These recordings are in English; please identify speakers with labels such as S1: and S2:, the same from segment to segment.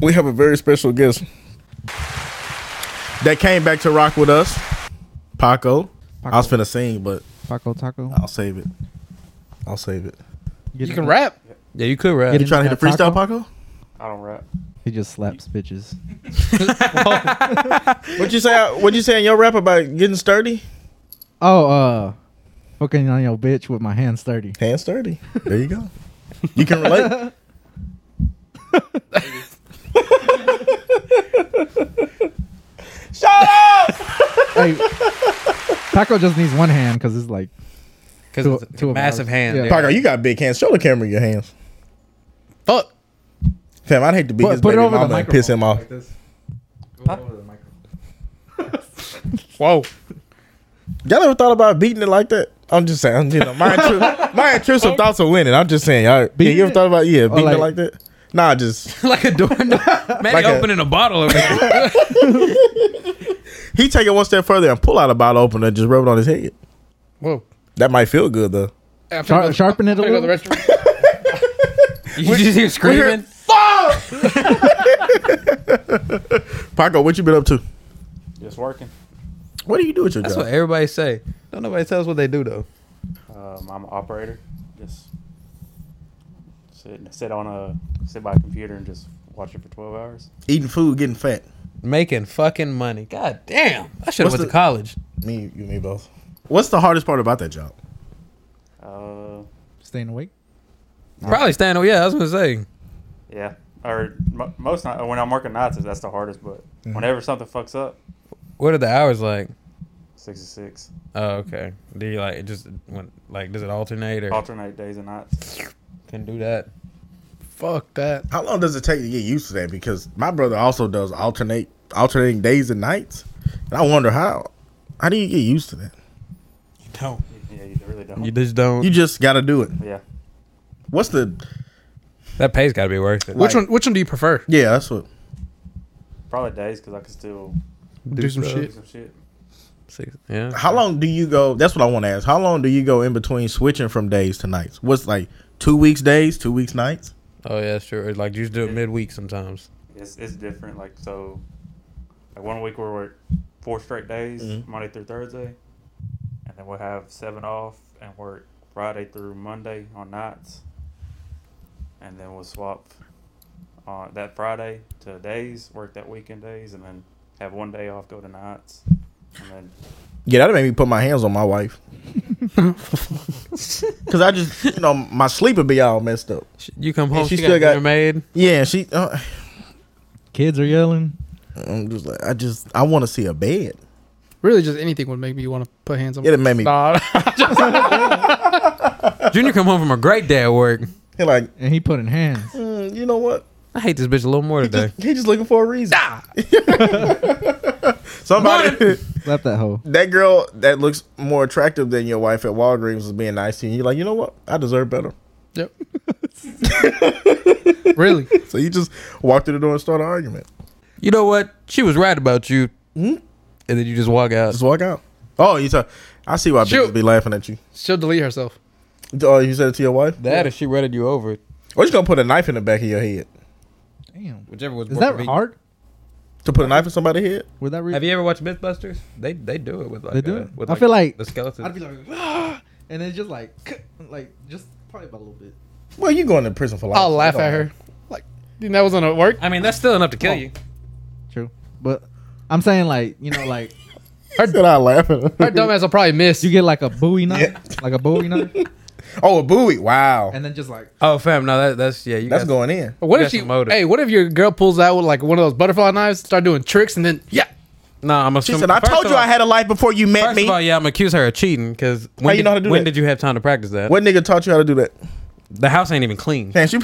S1: we have a very special guest that came back to rock with us, Paco. I was finna sing, but
S2: Paco Taco.
S1: I'll save it. I'll save it.
S2: Get
S3: You
S2: it.
S3: can rap.
S4: Yeah, you could rap.
S2: Get
S1: You
S2: it.
S1: trying to hit a
S2: Taco?
S1: freestyle, Paco?
S3: I don't rap.
S2: He just slaps bitches.
S1: What you say? What you say in your rap about getting sturdy?
S2: Oh, uh, fucking on your bitch with my hands dirty.
S1: Hands sturdy. There you go. You can relate.
S2: Hey, Taco just needs one hand because it's like
S3: Because
S2: Two-
S3: it's a
S2: two of
S3: massive
S2: ours.
S3: hand.
S2: Yeah.
S3: Yeah.
S1: Paco, you got big hands. Show the camera your hands.
S3: Fuck.
S1: Fam, I'd hate to be
S2: put,
S1: his
S2: put it
S1: baby
S2: over the
S1: mama and
S2: microphone.
S1: piss him off.
S2: Like this. Go over the microphone.
S3: Whoa.
S1: Y'all ever thought about beating it like that? I'm just saying, you know, my intru- my intrusive thoughts are winning. I'm just saying, y'all. Yeah,
S2: Beating
S1: you ever
S2: it?
S1: thought about yeah, beating
S2: like-
S1: it like that? Nah, just
S4: like a doorknob. Man,
S1: Like
S4: he
S1: a-
S4: opening a, bottle of it.
S1: he take it one step further and pull out a bottle opener and just rub it on his head.
S3: Whoa.
S1: That might feel good though.
S3: I'm finna
S2: Shar-
S3: go to-
S2: sharpen it a
S3: I'm finna go to
S2: little?
S3: the restroom.
S4: You just hear screaming.
S1: Paco, what you been up to?
S5: Just working.
S1: What do you do with your
S4: That's
S1: job?
S4: what everybody say. Don't nobody tell us what they do though.
S5: Um, I'm an operator. Just sit sit on a sit by a computer and just watch it for twelve hours.
S1: Eating food, getting fat.
S4: Making fucking money. God damn. I should have
S1: What's
S4: went
S1: the-
S4: to college.
S1: Me, you, me both. What's the hardest part about that job?
S5: Uh,
S2: Staying awake.
S4: Probably staying away. Yeah, I was gonna say.
S5: yeah. Or mo most night when I'm working nights, that's the hardest. But whenever something fucks up,
S4: What are the hours like?
S5: six to six,
S4: Oh, okay. Do you like it just when like does it alternate or
S5: alternate days and nights.
S4: can do that? Fuck that.
S1: How long does it take to get used to that? Because my brother also does alternate alternating days and nights, and I wonder how. How do you get used to that?
S4: Don't.
S5: Yeah, you really don't.
S4: You just don't.
S1: You just got to do it.
S5: yeah.
S1: What's the?
S4: that pay's got to be worth it.
S3: Which one? Which one do you prefer?
S1: Yeah, that's what.
S5: Probably days because I can still
S3: Do, some
S4: stuff.
S5: do
S3: shit.
S5: some shit.
S4: Six. Yeah.
S1: How long do you go? That's what I want to ask. How long do you go in between switching from days to nights? What's like two weeks days, two weeks nights?
S4: Oh yeah, sure. Like you just do it midweek sometimes.
S5: It's it's different. Like so, like one week we'll work four straight days, Monday through Thursday, and then we'll have seven off and work Friday through Monday on nights, and then we'll swap uh, that Friday to days, work that weekend days, and then have one day off, go to nights, and then
S1: Yeah, that made me put my hands on my wife. Cause I just, you know, my sleep would be all messed up.
S4: Sh- You come home.
S1: she
S4: She,
S1: still
S4: got,
S1: got-
S4: dinner made.
S1: Yeah, she. Uh,
S2: Kids are yelling.
S1: I'm just like, I just, I want to see a bed.
S3: Really, just anything would make me want to put hands on.
S1: It'd make me-
S3: Nah,
S4: Junior come home from a great day at work.
S1: And like,
S2: And he put in hands.
S1: mm, you know what?
S4: I hate this bitch a little more today.
S1: He just looking for a reason. Somebody,
S2: Slap that hoe.
S1: that girl that looks more attractive than your wife at Walgreens was being nice to you. You're like, you know what? I deserve better.
S3: yep. really?
S1: So you just walk through the door and start an argument.
S4: You know what? She was right about you.
S3: Hmm?
S4: And then you just walk out.
S1: Just walk out. Oh, you said, I see why
S3: Shoot.
S1: bitches be laughing at you.
S3: She'll delete herself.
S1: Oh, you said it to your wife?
S4: That or she redded you over.
S1: Or you gonna put a knife in the back of your head?
S2: Damn.
S4: Whichever was
S2: Is
S4: more
S2: that
S4: convenient.
S2: hard?
S1: To put a knife in somebody's head?
S2: Would that
S4: Have
S2: real?
S4: you ever watched Mythbusters? They they do it with like
S2: They do
S4: uh,
S2: it?
S4: With
S2: I feel like-
S4: the skeleton.
S2: I'd be like, ah! and then just like, like just probably about a little bit.
S1: Well, you going to prison for life.
S3: I'll
S4: Oh,
S1: so it
S3: laugh
S1: don't
S3: at her.
S1: matter.
S3: Like, you know, that was gonna work.
S4: I mean, that's still enough to kill you.
S2: True, but I'm saying like, you know, like
S1: I said I'll laugh at her.
S3: Her dumbass will probably miss.
S2: you get like a Bowie knife,
S1: Yeah.
S2: like a Bowie knife,
S1: Oh, a buoy. Wow.
S2: and then just like
S4: Oh, fam, no, that, that's yeah. You
S1: That's
S4: got,
S1: going in.
S4: you
S3: what if
S4: got
S3: she?
S4: some motive.
S3: Hey, what if your girl pulls out with like one of those butterfly knives, start doing tricks, and then yeah,
S4: Nah, I'm
S1: She
S4: assuming.
S1: said, I
S4: first
S1: told
S4: of
S1: you
S4: all-
S1: I had a life before you met
S4: First
S1: me.
S4: of all, yeah, I'm accuse her of cheating because when,
S1: you
S4: did,
S1: know how to do
S4: when
S1: that?
S4: did you have time to practice that?
S1: what nigga taught you how to do that?
S4: The house ain't even clean,
S1: Damn, she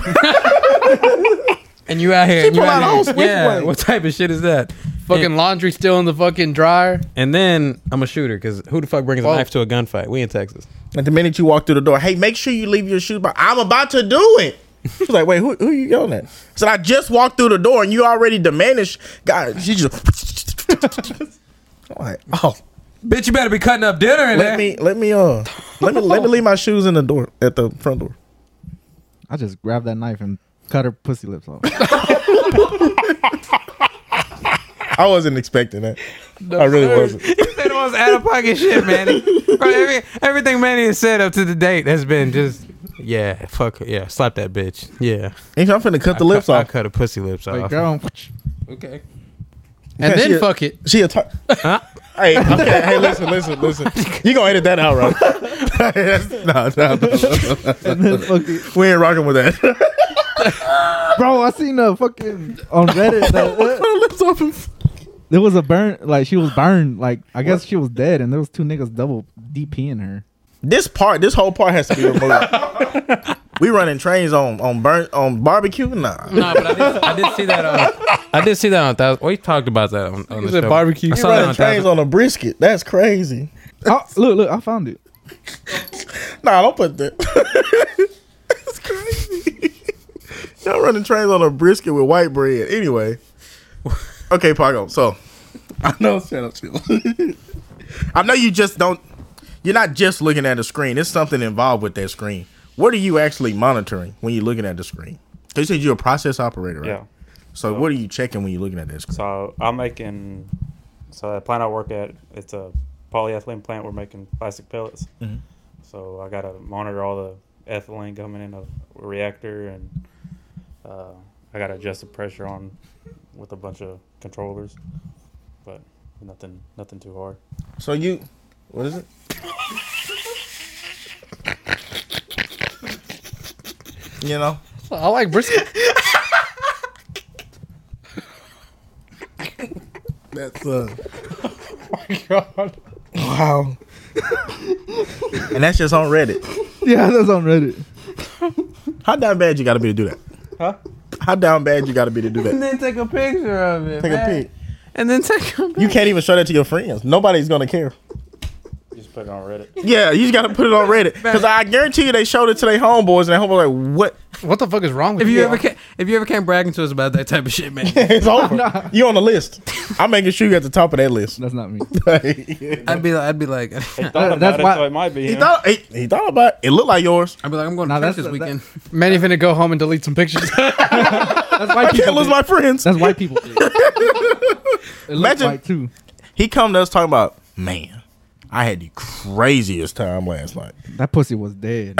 S4: and you out here. and you
S1: pull out a whole
S4: out here
S1: switchblade.
S4: yeah, what type of shit is that?
S3: fucking
S4: And,
S3: laundry still in the fucking dryer.
S4: and then I'm a shooter because who the fuck brings
S3: Whoa.
S4: a knife to a gunfight? We in Texas.
S1: At the minute you walk through the door, hey, make sure you leave your shoes behind. I'm about to do it. She's like, wait, who, who you yelling at? I said, I just walked through the door and you already demanded. Sh- God, she just. I'm like, oh,
S4: Bitch, you better be cutting up dinner
S1: let
S4: in there.
S1: me, let me, uh, let me, let me leave my shoes in the door at the front door.
S2: I just grab that knife and cut her pussy lips off.
S1: I wasn't expecting that. I really wasn't.
S4: That was out of pocket shit, Manny. Bro, every, everything Manny has said up to the date has been just, yeah, fuck, yeah, slap that bitch. Yeah.
S1: And I'm finna cut the lips
S4: I,
S1: off.
S4: I cut her pussy lips
S2: Like,
S4: off.
S2: go.
S4: Okay.
S3: and
S1: Yeah, she
S3: then
S1: a-
S3: fuck it.
S1: She a tar-
S4: Huh?
S1: Hey, okay, hey, listen, listen, listen. You gonna edit that out, right? That's- no, no, no, no, no.
S2: Fuck it.
S1: We ain't rocking with that.
S2: Bro, I seen a fucking on Reddit that uh,
S1: lips open.
S2: there was a burn, like she was burned, like I guess she was dead, and there was two niggas double DPing her.
S1: This part, this whole part has to be removed. we running trains on on burn on barbecue. Nah,
S4: No, but I did, I did see that on. I did see that on thousand. We talked about that on, on the
S3: said
S4: show. I
S3: barbecue. You
S4: saw that
S1: running
S4: on
S1: trains
S4: thousand.
S1: on a brisket. That's crazy.
S2: Oh, look, look, I found it.
S1: Nah, don't put that. That's crazy. Y'all running trains on a brisket with white bread. Anyway, okay, Paco. So I know. Shut up, chill. I know you just don't. You're not just looking at a screen. There's something involved with that screen. What are you actually monitoring when you're looking at the screen? They said you're a process operator, right?
S5: Yeah.
S1: So what are you checking when you're looking at that screen?
S5: So I'm making. So that plant I work at, it's a polyethylene plant. We're making plastic pellets. So I gotta monitor all the ethylene coming in a reactor, and uh, I gotta adjust the pressure on with a bunch of controllers. But nothing, nothing too hard.
S1: So you, what is it? you know,
S3: I like brisket.
S1: that's uh,
S3: God.
S1: wow. and that's just on Reddit.
S2: Yeah, that's on Reddit.
S1: How down bad you got to be to do that?
S5: Huh?
S1: How down bad you got to be to do
S4: And
S1: that?
S4: then take a picture of it.
S1: Take a
S4: man.
S1: pic.
S4: And then take a.
S1: You can't even show that to your friends. Nobody's gonna care.
S5: Just put it on Reddit.
S1: Yeah, you just gotta put it on Reddit because I guarantee you they showed it to their homeboys and their homeboys like, "What?
S3: What the fuck is wrong with
S4: If you
S3: you?
S4: ever came, if you ever came bragging to us about that type of shit, man,
S1: It's over. you on the list? I'm making sure you at the top of that list."
S2: That's not me.
S1: he
S4: I'd be like, I'd be like, I'd
S5: He
S4: be
S5: thought
S2: Uh,
S5: about
S2: that's
S5: it,
S2: why-
S5: so it might be. him.
S1: thought he, he thought about it. It looked like yours.
S4: like, I'm going
S2: Nah,
S4: to
S2: that's-
S4: church this
S2: that-
S4: weekend.
S3: Manny finna go home and delete some pictures.
S2: That's white
S1: I can't
S2: people.
S1: lose
S2: did.
S1: my friends.
S2: That's white people. did. It looks
S1: Imagine-
S2: white too.
S1: He come to us talking about, man, I had the craziest time last night.
S2: That pussy was dead.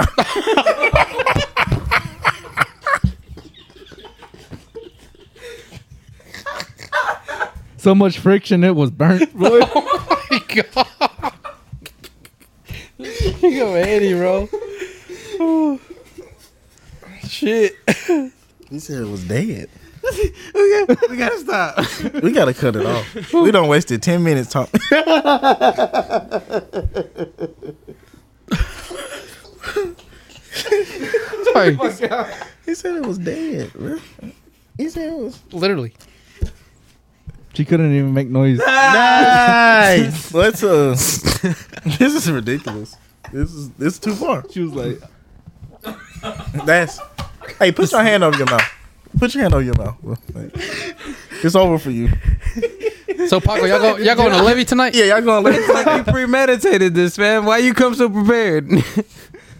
S2: so much friction, it was burnt. Boy.
S3: my God. you go Eddie, bro. Shit.
S1: He said it was dead.
S4: okay, we gotta stop.
S1: We gotta cut it off. we don't wasted ten minutes talking.
S3: Sorry.
S1: he said it was dead. bro. He said it was
S3: Literally.
S2: She couldn't even make noise.
S1: nice. Let's uh, this is ridiculous. This is this is too far.
S2: She was like,
S1: That's hey, put your hand over your mouth. Put your hand over your mouth. bro. Like, it's over for you.
S3: So Paco, y'all go y'all going to Levy tonight?
S1: Yeah, y'all gonna let
S4: It's like you premeditated this, man. Why you come so prepared?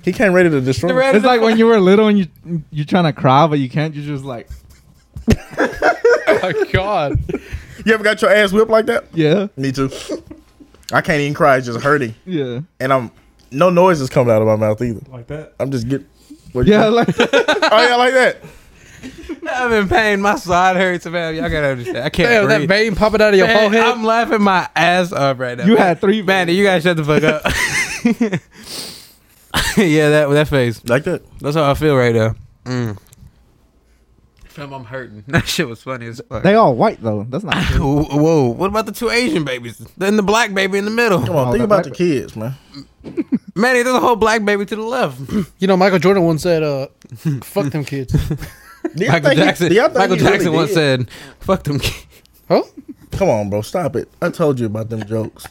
S1: He came ready to destroy. me.
S2: "It's like when you were little and you you're trying to cry but you can't. You're just like,
S3: Oh my God.
S1: You ever got your ass whipped like that?
S2: yeah,
S1: Me too. I can't even cry. It's just hurting.
S2: yeah,
S1: and I'm no noise is coming out of my mouth either.
S5: Like that.
S1: I'm just getting what
S2: yeah." Like,
S1: oh yeah, like that.
S4: I'm in pain. My side hurts, man. Y'all gotta understand. I can't
S3: Damn, that
S4: breathe.
S3: vein popping out of your
S4: Man,
S3: forehead.
S4: I'm laughing my ass off right now.
S2: You had three
S4: Manny, you gotta shut the fuck up. yeah, that that face.
S1: Like that.
S4: That's how I feel right now. Mm. Fam, I'm hurting. That shit was funny as fuck.
S2: they all white though. That's not. good.
S4: Whoa, whoa, what about the two Asian babies? Then the black baby in the
S1: Come
S4: middle.
S1: on,
S2: Oh,
S1: think
S2: that
S1: about the
S2: black-
S1: kids, man.
S4: Manny, there's a whole black baby to the left.
S3: You know, Michael Jordan once said, uh, fuck them kids.
S1: Do y'all
S4: Michael
S1: think he-
S4: Jackson.
S1: do y'all think
S4: Michael
S1: he really
S4: Jackson once
S1: did?
S4: said, "Fuck them." kids."
S3: Huh?
S1: "Come on, bro, stop it. I told you about them jokes.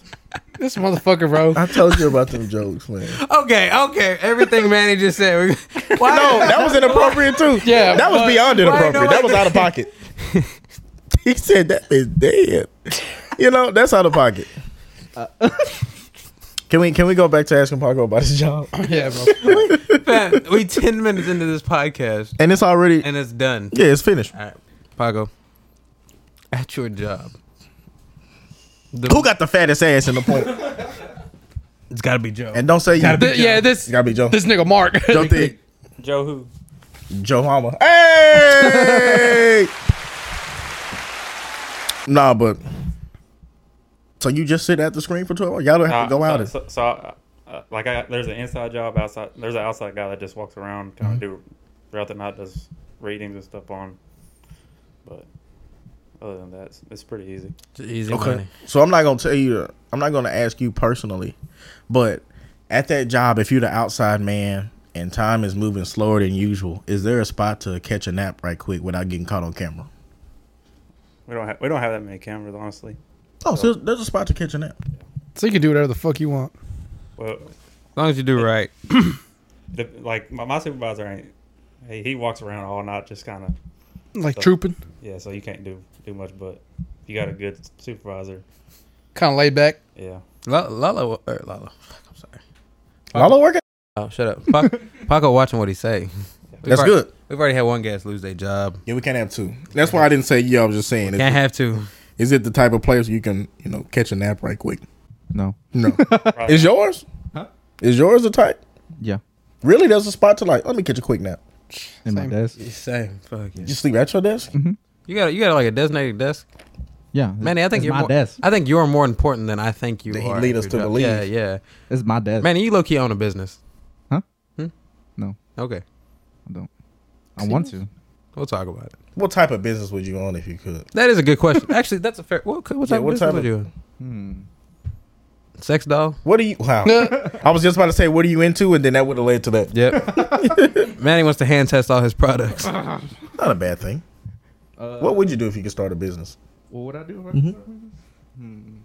S3: This motherfucker, bro.
S1: I told you about them jokes, man.
S4: Okay, okay. Everything Manny just said. Why?
S1: No, that was inappropriate too.
S3: Yeah,
S1: that was
S3: but-
S1: beyond inappropriate.
S4: nobody-
S1: that was out of pocket. he said that is dead. You know, that's out of pocket.
S4: Uh.
S1: Can we can we go back to asking Paco about his job?
S3: Yeah, bro.
S4: Fam, we ten minutes into this podcast
S1: And it's already
S4: and it's done.
S1: yeah, it's finished.
S4: All right, Pago. at your job.
S1: Who got the fattest ass in the point?
S4: It's got to be Joe.
S1: And don't say you.
S3: Th- yeah, this
S1: You gotta be Joe.
S3: this nigga Mark.
S1: Joe Thick.
S5: Joe who?
S1: Joe Hama. Hey! nah, but. So you just sit at the screen for 12 hours? Y'all don't have to
S5: Uh,
S1: go out.
S5: So,
S1: and-
S5: so, so I, uh, like, I, there's an inside job outside. There's an outside guy that just walks around,
S1: Mm-hmm.
S5: kind of do throughout the night, does ratings and stuff on. But other than that, it's, it's pretty easy.
S4: easy
S1: Okay. So I'm not gonna tell you. I'm not gonna ask you personally, but at that job, if you're the outside man and time is moving slower than usual, is there a spot to catch a nap right quick without getting caught on camera?
S5: We don't have we don't have that many cameras, honestly.
S1: Oh, so there's a spot to catch a nap.
S3: so you can do whatever the fuck you want.
S5: Well,
S4: As long as you do right.
S5: the, like my, my supervisor ain't. He, he walks around all night, just kind of
S3: Like trooping,
S5: yeah. So you can't do do much, but if you got a good supervisor,
S3: kind of laid back.
S5: yeah.
S4: Lala, Lala, or Lala. Fuck, I'm sorry.
S1: Lalo working.
S4: Oh, shut up. Pac, Paco watching what he say. We've
S1: That's
S4: already-
S1: good.
S4: We've already had one guest lose their job.
S1: Yeah, we can't have two. That's why I didn't say yeah. I was just saying,
S4: Can't
S1: is,
S4: have to.
S1: is it the type of place you can you know catch a nap right quick?
S2: No.
S1: No.
S5: Right.
S1: is yours?
S2: Huh?
S1: Is yours the type?
S2: Yeah.
S1: Really, there's a spot to like. Let me catch a quick nap.
S2: In my
S3: Same.
S2: desk.
S4: Same. Fuck yeah.
S1: You sleep at your desk.
S4: You got you got like a designated desk,
S2: Yeah.
S4: Manny. I think
S2: it's
S4: you're
S2: my
S4: more,
S2: desk.
S4: I think you're more important than I think you
S1: Then he
S4: are.
S1: lead
S4: at
S1: us
S4: your
S1: to
S4: job.
S1: believe.
S4: Yeah, yeah.
S2: It's my desk.
S4: Manny, you low key own a business.
S2: Huh?
S4: Hmm?
S2: No.
S4: Okay.
S2: I want to.
S4: We'll talk about it.
S1: What type of business would you own if you could?
S4: That is a good question. Actually, that's a fair. What, what
S1: Yeah,
S4: type
S1: what
S4: of
S1: type of-
S4: business would you?
S2: Hmm.
S4: Sex doll.
S1: What are you? Wow. I was just about to say, what are you into? And then that would have led to that.
S4: Yep. Manny wants to hand test all his products.
S1: Not a bad thing.
S2: Uh,
S1: What would you do if you could start a business?
S2: What would I do?
S4: Mm-hmm.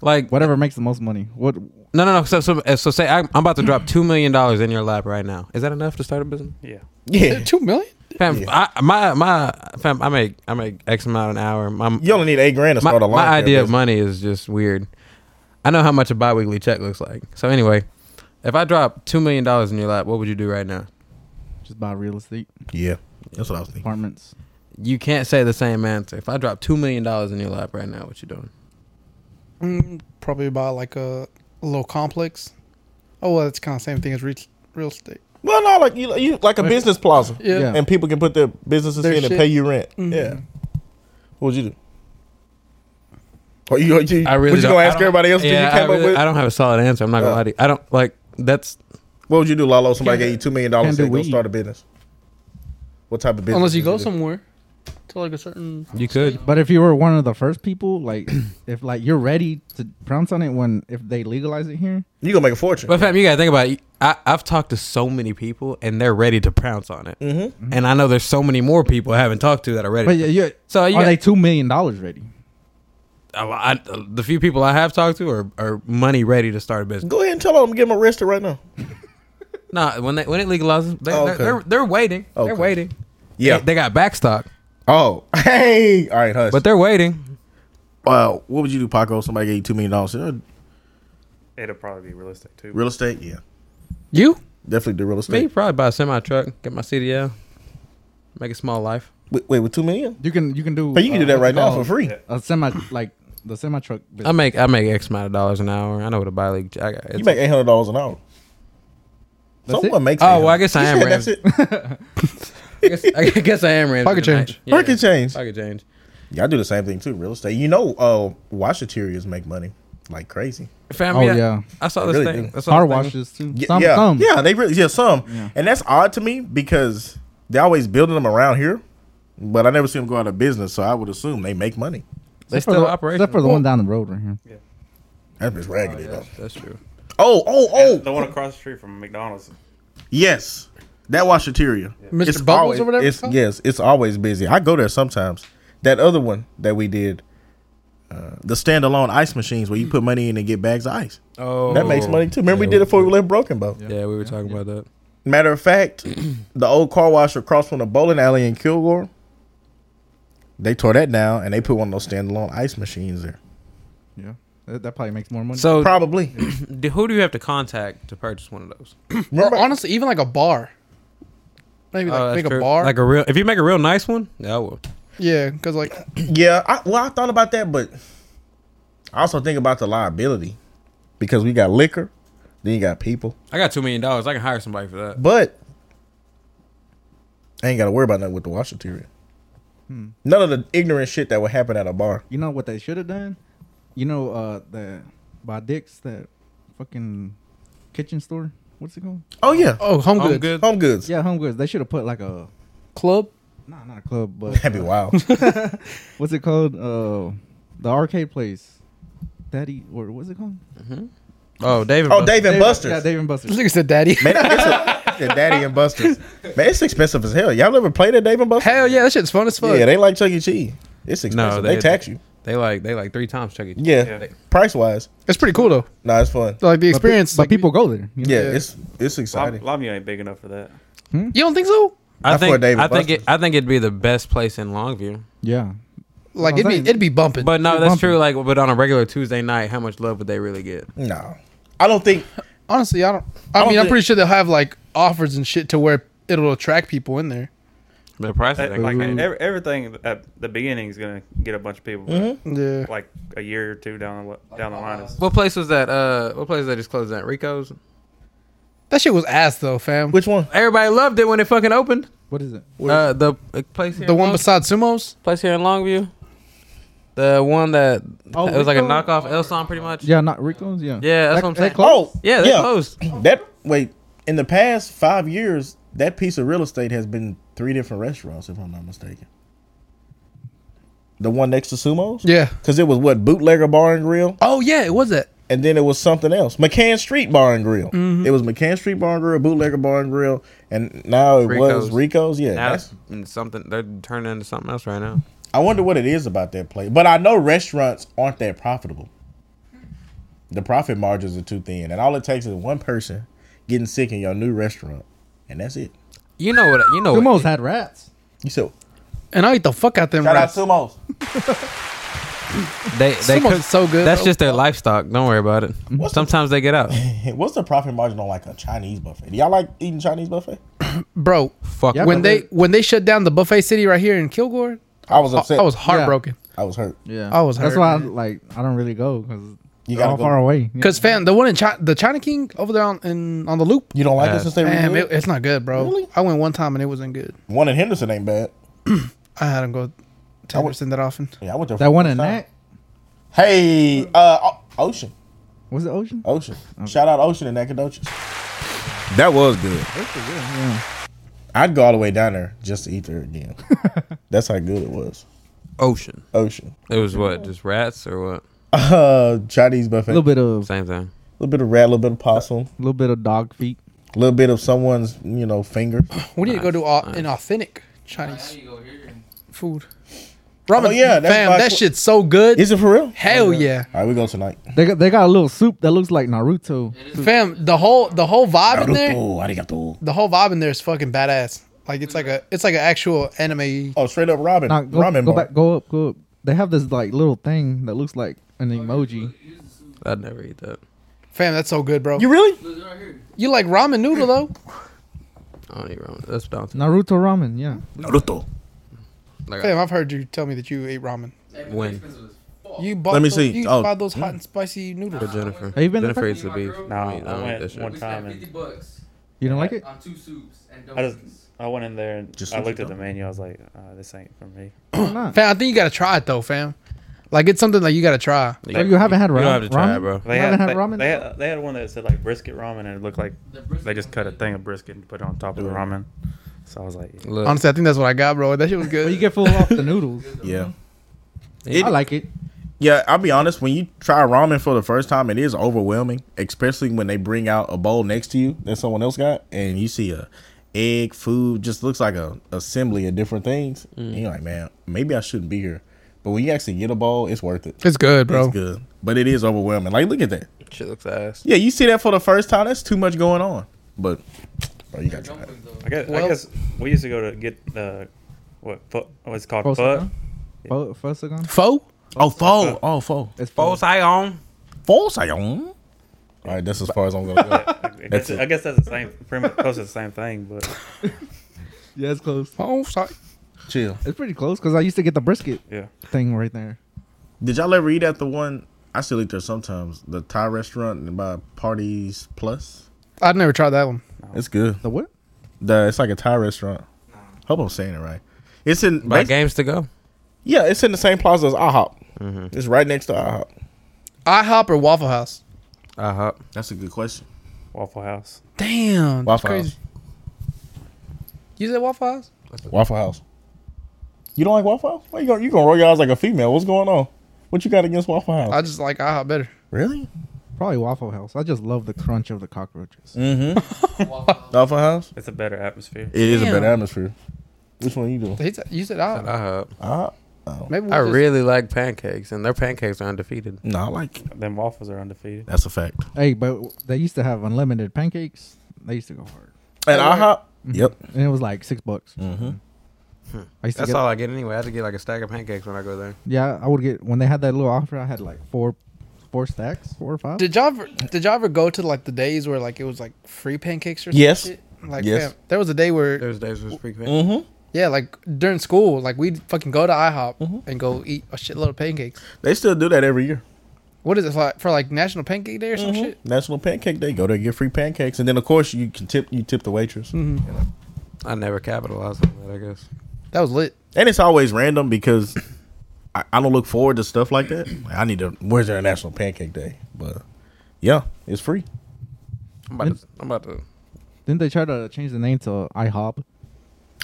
S4: Like
S2: Whatever makes the most money. What?
S4: no, no, no. So, so, so say I'm, I'm about to drop two million dollars in your lap right now. Is that enough to start a business?
S5: Yeah.
S1: Yeah.
S3: Two million.
S4: Fam,
S1: Yeah.
S4: I, my my fam, I make I make X amount an hour. My
S1: You only need eight grand to
S4: my,
S1: start a lawn
S4: my
S1: care
S4: idea of
S1: business.
S4: money is just weird. I know how much a biweekly check looks like. So anyway, if I drop two million dollars in your lap, what would you do right now?
S2: Just buy real estate
S1: Yeah, that's what I was thinking.
S2: apartments.
S4: You can't say the same answer. If I drop two million dollars in your lap right now, what you doing?
S3: Mm, probably about like a, a little complex. Oh well, that's kind of same thing as reach, real estate.
S1: Well, no, like you, you like a business plaza,
S3: Yeah.
S2: Yeah.
S1: and people can put their businesses
S3: Their
S1: in and
S3: shit. Mm-hmm.
S1: pay you rent. Yeah. What would you do? Or you, you,
S4: I really
S1: what you
S4: don't-
S1: gonna
S4: I
S1: ask
S4: don't-
S1: everybody else?
S4: Yeah,
S1: that you came
S4: I, really-
S1: up with?
S4: I don't have a solid answer. I'm not gonna
S1: Uh.
S4: lie to you. I don't like that's
S1: what would you do, Lalo? Somebody
S2: Can't-
S1: gave you two million dollars
S2: can't
S1: and
S2: do
S1: go
S2: weed.
S1: start a business. What type of business?
S3: Unless you
S1: would
S3: go
S1: do?
S3: somewhere to like a certain.
S4: you could.
S2: But if you were one of the first people, like if like you're ready to pronounce on it when if they legalize it here,
S1: you gonna make a fortune.
S4: But fam, you gotta think about it. I, I've talked to so many people and they're ready to pounce on it. Mm-hmm. And I know there's so many more people I haven't talked to that are ready.
S2: but yeah, you
S4: so
S2: are
S4: you got-
S2: they two million dollars ready?
S4: a lot- the few people I have talked to are, are money ready to start a business.
S1: go ahead and tell them, give them arrested right now.
S4: Nah, when they when it legalizes, they,
S1: Oh,
S4: they're,
S1: okay.
S4: they're they're waiting.
S1: Okay.
S4: They're waiting.
S1: Yeah.
S4: they, they got backstock,
S1: oh, hey, all right, hush.
S4: but they're waiting.
S1: Well, what would you do, Paco? Somebody gave you two million dollars. Uh,
S5: It'll probably be realistic too.
S1: Real estate, yeah,
S3: You?
S1: definitely do real
S4: Me
S1: estate.
S4: probably buy a semi truck, get my CDL, make a small life.
S1: Wait, wait, with two million?
S2: You can you can do.
S1: But you can do
S2: uh,
S1: that right now
S2: oh,
S1: for free.
S5: Yeah.
S2: A semi like the semi truck.
S4: I make I make X amount of dollars an hour. I know what a buy league. I got, it's-
S1: You make eight hundred dollars an hour.
S2: That's
S1: Someone
S2: it?
S1: makes.
S4: Oh,
S1: $800.
S4: well, I guess I
S1: You
S4: am
S1: said That's
S4: Ramsey.
S1: it.
S4: I guess, I guess I am Ramsey.
S3: Pocket
S4: tonight.
S3: change.
S4: Yeah.
S1: Pocket change.
S4: Pocket change.
S1: Yeah, I do the same thing too. Real estate. You know, uh, washaterias make money like crazy.
S4: Fam,
S2: Oh
S4: yeah.
S2: yeah,
S4: I saw
S1: They
S4: this
S1: really
S4: thing.
S1: do.
S4: I saw
S2: car
S4: this thing.
S2: washes too.
S1: Yeah,
S2: some
S1: yeah,
S2: some.
S1: yeah. They really, yeah, some,
S2: Yeah.
S1: and that's odd to me because they always building them around here, but I never see them go out of business. So I would assume they make money.
S4: They
S2: Except for
S4: still
S2: the-
S4: operate.
S2: Except for the one down the road right here.
S1: That's just raggedy though.
S4: That's true.
S1: Oh, oh, oh.
S5: The one across the street from McDonald's.
S1: Yes, that washateria.
S3: Mr. Bubbles
S1: always,
S3: or whatever it's
S1: It's,
S3: called?
S1: yes, it's always busy. I go there sometimes. That other one that we did, uh, the standalone ice machines where you put money in and get bags of ice.
S4: Oh,
S1: That makes money too. Remember
S4: Yeah,
S1: we did it
S4: we-
S1: before we left Broken Bow.
S4: Yeah, we were talking about that.
S1: Matter of fact, the old car wash across from the bowling alley in Kilgore, they tore that down and they put one of those standalone ice machines there.
S2: Yeah, that, that probably makes more money.
S4: So,
S1: Probably.
S4: d- who do you have to contact to purchase one of those?
S3: Or
S1: Remember,
S3: honestly, even like a bar. Maybe like
S4: Oh, that's
S3: make a
S4: true.
S3: bar.
S4: like a real. If you make a real nice one, yeah, I will.
S3: Yeah, because like
S1: Yeah, I, well, I thought about that, but I also think about the liability because we got liquor, then you got people,
S4: I got two million dollars. I can hire somebody for that.
S1: but I ain't got to worry about nothing with the wash material.
S2: Hmm.
S1: None of the ignorant shit that would happen at a bar.
S2: You know what they should have done? You know uh the by Dick's that fucking kitchen store. What's it called?
S1: Oh yeah,
S3: oh, home
S4: I'm
S3: goods
S4: good.
S1: home goods.
S2: Yeah, Home Goods. They should have put like a
S3: club.
S2: nah, not a club, but
S1: That'd be wild.
S2: what's it called? Uh, the arcade place. Daddy, or what's it called?
S6: Oh, David.
S1: Oh, Dave and Buster's.
S2: Yeah, Dave and
S3: This
S2: Buster's.
S3: nigga said, "Daddy."
S1: Man, it's a, yeah, Daddy and Buster's. Man, it's expensive as hell. Y'all ever played at Dave and Buster's?
S3: Hell yeah, that shit's fun as fuck.
S1: yeah, they like Chuck E. Cheese. It's expensive. they,
S4: they-
S1: tax you.
S4: They like they like three times Chuck E. Cheese.
S1: Yeah,
S5: Yeah.
S1: price wise.
S3: it's pretty cool though.
S1: Nah, it's fun.
S3: Like the
S2: But pe-
S3: experience.
S2: but
S3: like,
S2: people go there. you know?
S1: Yeah,
S3: Yeah.
S1: it's it's exciting.
S5: Lamia ain't big enough for that.
S3: You don't think so?
S1: I
S4: I
S1: thought
S4: think
S1: David
S4: I think it,
S1: Buster's.
S4: I think it'd be the best place in Longview.
S2: yeah.
S3: Like
S2: That's
S3: it'd
S2: what I'm
S3: be
S2: saying.
S3: it'd be bumping.
S4: But no,
S2: Keep
S4: that's
S2: bumping.
S4: true. Like, but on a regular Tuesday night, how much love would they really get?
S1: No, I don't think.
S3: honestly, I don't. I,
S1: I don't
S3: mean, I'm
S1: thi-
S3: pretty sure they'll have like offers and shit to where it'll attract people in there.
S4: The price is
S5: That-
S4: like,
S5: like
S2: Mm-hmm.
S5: ev- everything at the beginning is gonna get a bunch of people. but
S2: Mm-hmm.
S3: Yeah.
S5: Like a year or two down the li- down the line, it's
S4: what place was that? Uh, what place that just closed? That Rico's.
S3: That shit was ass though, fam.
S1: Which one?
S4: Everybody loved it when it fucking opened.
S2: What is it?
S4: Uh, the uh, place here
S3: the
S4: in
S3: one
S4: Long-
S3: beside Sumo's?
S4: place here in Longview. The one that
S2: Oh,
S4: it was like a
S2: Rico?
S4: knockoff El Elson, pretty much.
S2: Yeah, not Rico's. Yeah.
S4: Yeah, that's
S2: That-
S4: what I'm
S2: that
S4: saying.
S2: close?
S1: Oh,
S4: Yeah, they closed.
S1: That wait, in the past five years, that piece of real estate has been three different restaurants, if I'm not mistaken. The one next to Sumo's,
S3: Yeah.
S1: because it was what Bootlegger Bar and Grill,
S3: Oh yeah, it was that.
S1: and then it was something else, McCann Street Bar and Grill.
S4: Mm-hmm.
S1: It was McCann Street Bar and Grill, Bootlegger Bar and Grill, and now it was
S4: Rico's.
S1: Rico's. Yeah,
S4: Now
S1: that's,
S4: it's something they're turning into something else right now.
S1: I wonder what it is about that place, but I know restaurants aren't that profitable. The profit margins are too thin, and all it takes is one person getting sick in your new restaurant, and that's it.
S4: You know what? You know
S1: Oh!
S4: what?
S2: Sumo's had rats.
S1: You said,
S3: And I ate the fuck out them
S1: shout out
S3: rats.
S1: Sumo's.
S4: They they
S3: Sumo's
S4: cook,
S3: is so good.
S4: that's
S3: bro.
S4: just their livestock. Don't worry about it. Sometimes they get out.
S1: What's the profit margin on like a Chinese buffet? Do y'all like eating Chinese buffet?
S3: bro.
S4: Fuck.
S2: Yeah,
S4: with
S3: When
S2: but
S3: they when they shut down the buffet city right here in Kilgore,
S1: I was
S3: I,
S1: upset.
S3: I was heartbroken.
S1: I was hurt.
S2: Yeah.
S3: I was
S2: That's
S3: hurt,
S2: why I,
S3: man.
S2: like I don't really go because
S1: You
S2: you
S1: gotta
S2: got
S1: go.
S2: far away. Yeah.
S3: Cause fam, the one in China, the China King over there on in, on the loop.
S1: You don't like
S4: Yeah.
S1: it since they
S3: Damn,
S1: redo
S3: it,
S1: it?
S3: it's not good, bro.
S1: Really?
S3: I went one time and it wasn't good.
S1: One in Henderson ain't bad.
S3: I had to go to
S1: I would-
S3: Henderson that often.
S1: Yeah, I went there.
S2: that one
S1: first
S2: in
S1: time.
S2: that
S1: Hey, uh, O- Ocean,
S2: was it Ocean.
S1: Ocean. Shout out Ocean and Nacogdoches. That was good.
S2: Yeah.
S1: I'd go all the way down there just to eat there again. That's how good it was.
S4: ocean.
S1: Ocean.
S4: It was what? Just rats or what?
S1: Uh, Chinese buffet.
S2: A
S1: A
S2: little bit of
S4: Same thing.
S1: little bit of rat, a little bit of possum,
S2: a little bit of dog feet.
S1: a little bit of someone's, you know, finger.
S3: We need to go
S4: Nice,
S3: to au-
S4: nice.
S3: an authentic Chinese food.
S1: Oh,
S3: Ramen,
S1: yeah, that's
S3: fam,
S1: my
S3: that
S1: qu-
S3: shit's so good.
S1: Is it for real?
S3: Hell Oh, yeah,
S1: All right, we go tonight.
S2: They got they got a little soup that looks like Naruto.
S3: fam. The whole the whole vibe in there,
S1: Naruto, arigato.
S3: the whole vibe in there is fucking badass. Like it's like a it's like an actual anime.
S1: Oh, straight up Robin.
S2: Nah, go,
S1: ramen
S2: go
S1: bar.
S2: back, go up, go up. They have this like little thing that looks like an emoji.
S4: I'd never eat that.
S3: Fam, that's so good, bro.
S1: You
S3: You,
S1: really?
S3: like ramen noodle though?
S4: I don't eat ramen. That's daunting.
S2: Naruto ramen, yeah.
S1: Naruto.
S4: Like
S3: Fam, I've heard you tell me that you ate ramen.
S4: when
S3: You bought
S1: Let me
S3: those,
S1: see.
S3: You
S1: Oh.
S3: buy those hot and spicy
S4: for
S3: noodles.
S4: Jennifer.
S2: Have you been to
S4: Jennifer
S2: Turkey?
S4: eats the beef.
S5: Nah,
S4: I
S5: I
S4: don't eat that
S5: went
S4: shit.
S5: one time
S7: fifty
S5: and
S7: bucks
S2: You don't like it?
S7: on two soups and
S5: I just
S7: donuts.
S5: I went in there and
S1: Just
S5: I
S1: look
S5: looked
S1: it
S5: at the
S1: up.
S5: menu. I was like, uh, this ain't for me.
S4: Uh,
S2: Why not?
S3: Fam, I think you gotta try it though, fam. Like it's something that you gotta try.
S2: Oh, you haven't had
S4: You
S2: ramen.
S4: don't have to try
S2: ramen?
S4: it, bro.
S5: They
S2: You
S5: had,
S2: haven't had
S5: they,
S2: ramen?
S5: They had, they had one that said like brisket ramen and it looked like
S7: The brisket
S5: they just
S7: was
S5: cut a
S7: good.
S5: thing of brisket and put it on top of the
S1: Yeah.
S5: ramen. So I was like, yeah.
S4: Look,
S3: Honestly, I think that's what I got, bro. That shit was
S2: But Oh, you
S3: good.
S2: get full off the noodles.
S1: Yeah.
S2: I like it.
S1: Yeah, I'll be honest. When you try ramen for the first time, it is overwhelming, especially when they bring out a bowl next to you that someone else got, and you see a egg, food, just looks like a assembly of different things. And you're like, man, maybe I shouldn't be here. But when you actually get a bowl, it's worth it.
S3: It's good, bro.
S1: It's good, but it is overwhelming. Like, look at that.
S4: shit looks ass.
S1: Yeah, you see that for the first time. That's too much going on. But bro, you got to try it.
S5: I guess,
S3: Well-
S5: I guess we used to go to get the what pho, what's it called
S2: Pho
S5: pho.
S2: Saigon? Fo- Fosagon?
S3: Pho?
S1: Oh, four. Oh, four.
S2: It's full.
S4: False eye on.
S1: Four. mm. All right, that's as far as I'm gonna go.
S5: I
S1: That's
S5: guess,
S1: it.
S5: I guess that's the same, pretty much close to the same thing. But
S2: Yeah, it's close.
S3: Oh, sorry.
S1: Chill.
S2: It's pretty close because I used to get the brisket
S5: Yeah.
S2: thing right there.
S1: Did y'all ever eat at the one? I still eat there sometimes. The Thai restaurant by Parties Plus.
S3: I've never tried that one.
S1: It's good.
S2: The what?
S1: The it's like a Thai restaurant. Hope I'm saying it right. It's in
S4: By
S1: basi-
S4: games to go.
S1: yeah, it's in the same plaza as IHOP. It's right next to IHOP.
S3: IHOP or Waffle House?
S4: Uh huh.
S1: That's a good question.
S5: Waffle House.
S3: Damn, that's
S1: Waffle
S3: crazy. You said Waffle House?
S1: Waffle House. You don't like Waffle House? Why you gonna you gonna roll your eyes like a female? What's going on? What you got against Waffle House?
S3: I just like IHOP better.
S1: really?
S2: Probably Waffle House. I just love the crunch of the cockroaches.
S4: Mm.
S1: Mm-hmm. Waffle House.
S5: It's a better atmosphere.
S1: It is a better
S3: Damn.
S1: atmosphere. Which one you doing?
S3: He said- You said IHOP.
S4: Uh
S1: IHOP.
S3: Maybe we'll
S4: I
S3: just-
S4: really like pancakes, and their pancakes are undefeated.
S1: No, I like.
S5: Them waffles are undefeated.
S1: That's a fact.
S2: Hey, but they used to have unlimited pancakes. They used to go hard,
S1: And
S3: I like-
S1: IHOP. Yep.
S2: and it was like six bucks.
S1: Mm-hmm.
S2: I used to
S4: That's
S2: get,
S4: all I get anyway. I have to get like a stack of pancakes when I go there.
S2: yeah, I would get when they had that little offer. I had like four, four stacks, four or five.
S3: Did y'all ever, did y'all ever go to like the days where like it was like free pancakes or some
S1: Yes.
S3: shit? Like
S1: Yes.
S3: fam, there was a day where
S4: There's days with free pancakes.
S1: Mm-hmm.
S3: yeah, like during school, like we'd fucking go to IHOP
S4: Mm-hmm.
S3: and go eat a shitload of pancakes.
S1: They still do that every year.
S3: What is it like for like National Pancake Day or
S4: Mm-hmm.
S3: some shit?
S1: National Pancake Day. Go there, get free pancakes, and then of course you can tip. You tip the waitress,
S2: Mm-hmm.
S4: I never capitalized on that. I guess.
S3: That was lit.
S1: and it's always random because I, I don't look forward to stuff like that. Like, I need to. Where's their National Pancake Day? But yeah, it's free.
S4: I'm about to. I'm about to.
S2: Didn't they try to change the name to IHOP?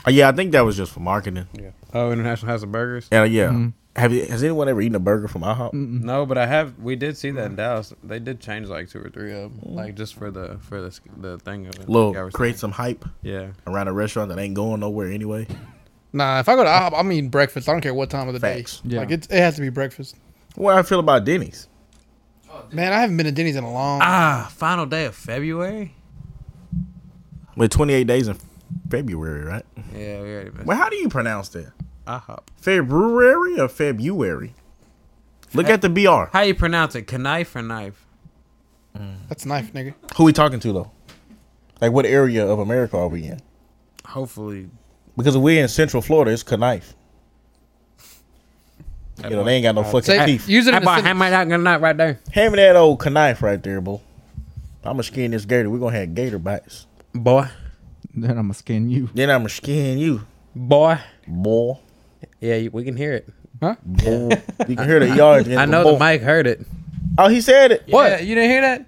S1: Uh, yeah, I think that was just for marketing.
S4: Oh, International House of Burgers.
S1: Yeah, yeah.
S4: Mm-hmm.
S2: Mhm.
S1: Have you, has anyone ever eaten a burger from IHOP?
S4: No, but I have. We did see that in Dallas. They did change like two or three of them, like just for the for the the thing of it.
S1: Little
S4: Like I was
S1: create
S4: saying.
S1: some hype
S4: Yeah.
S1: around a restaurant that ain't going nowhere anyway.
S3: Nah, if I go to IHOP, I'm eating breakfast. I don't care what time of the
S1: Facts.
S3: day.
S2: Yeah.
S3: Like it, it has to be breakfast.
S1: What I feel about Denny's?
S3: Man, I haven't been to Denny's in a long.
S4: Ah, final day of February.
S1: With 28 days in February, right?
S4: Yeah, we already missed.
S1: Well, how do you pronounce that?
S4: IHOP.
S1: February or February? Look at the BR.
S4: How you pronounce it? Knife or knife?
S3: That's knife, nigga.
S1: Who we talking to though? Like what area of America are we in?
S4: Hopefully.
S1: Because if we're in Central Florida, it's knife. You know they ain't got no fucking
S3: Say,
S1: teeth.
S3: use it
S4: I
S3: in a
S4: bought
S3: sentence.
S4: hammer out and knife right there.
S1: Hand me that old knife right there, bro. I'ma skin this gator. We're gonna have gator bites.
S4: Boy,
S2: Then I'ma skin you.
S1: Then I'ma skin you,
S4: boy.
S1: boy.
S4: Yeah, you- we can hear it.
S1: boy. you can hear the yard.
S4: I know the mic heard it.
S1: Oh, he said it.
S4: What? you didn't hear that?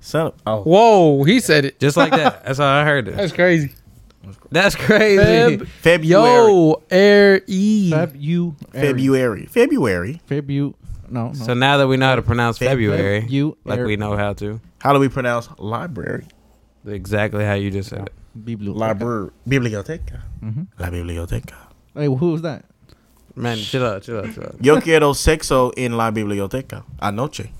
S1: Son of- oh,
S3: Whoa, he said it.
S4: Just like that. That's how I heard it.
S3: That's crazy.
S4: That's crazy.
S3: Feb-
S1: February.
S3: Yo, air e.
S2: Feb you.
S1: February. February.
S2: Feb you. No. no.
S4: So now that we know how to pronounce February,
S2: you
S4: like we know how to,
S1: How do we pronounce library?
S4: exactly how you just said it.
S2: Biblu.
S1: Library. Biblioteca.
S4: Mm-hmm.
S2: Mhm.
S1: La biblioteca.
S2: Hey, who was that?
S4: Man, chill out, chill out, chill out.
S1: Yo quiero sexo en la biblioteca. Anoche.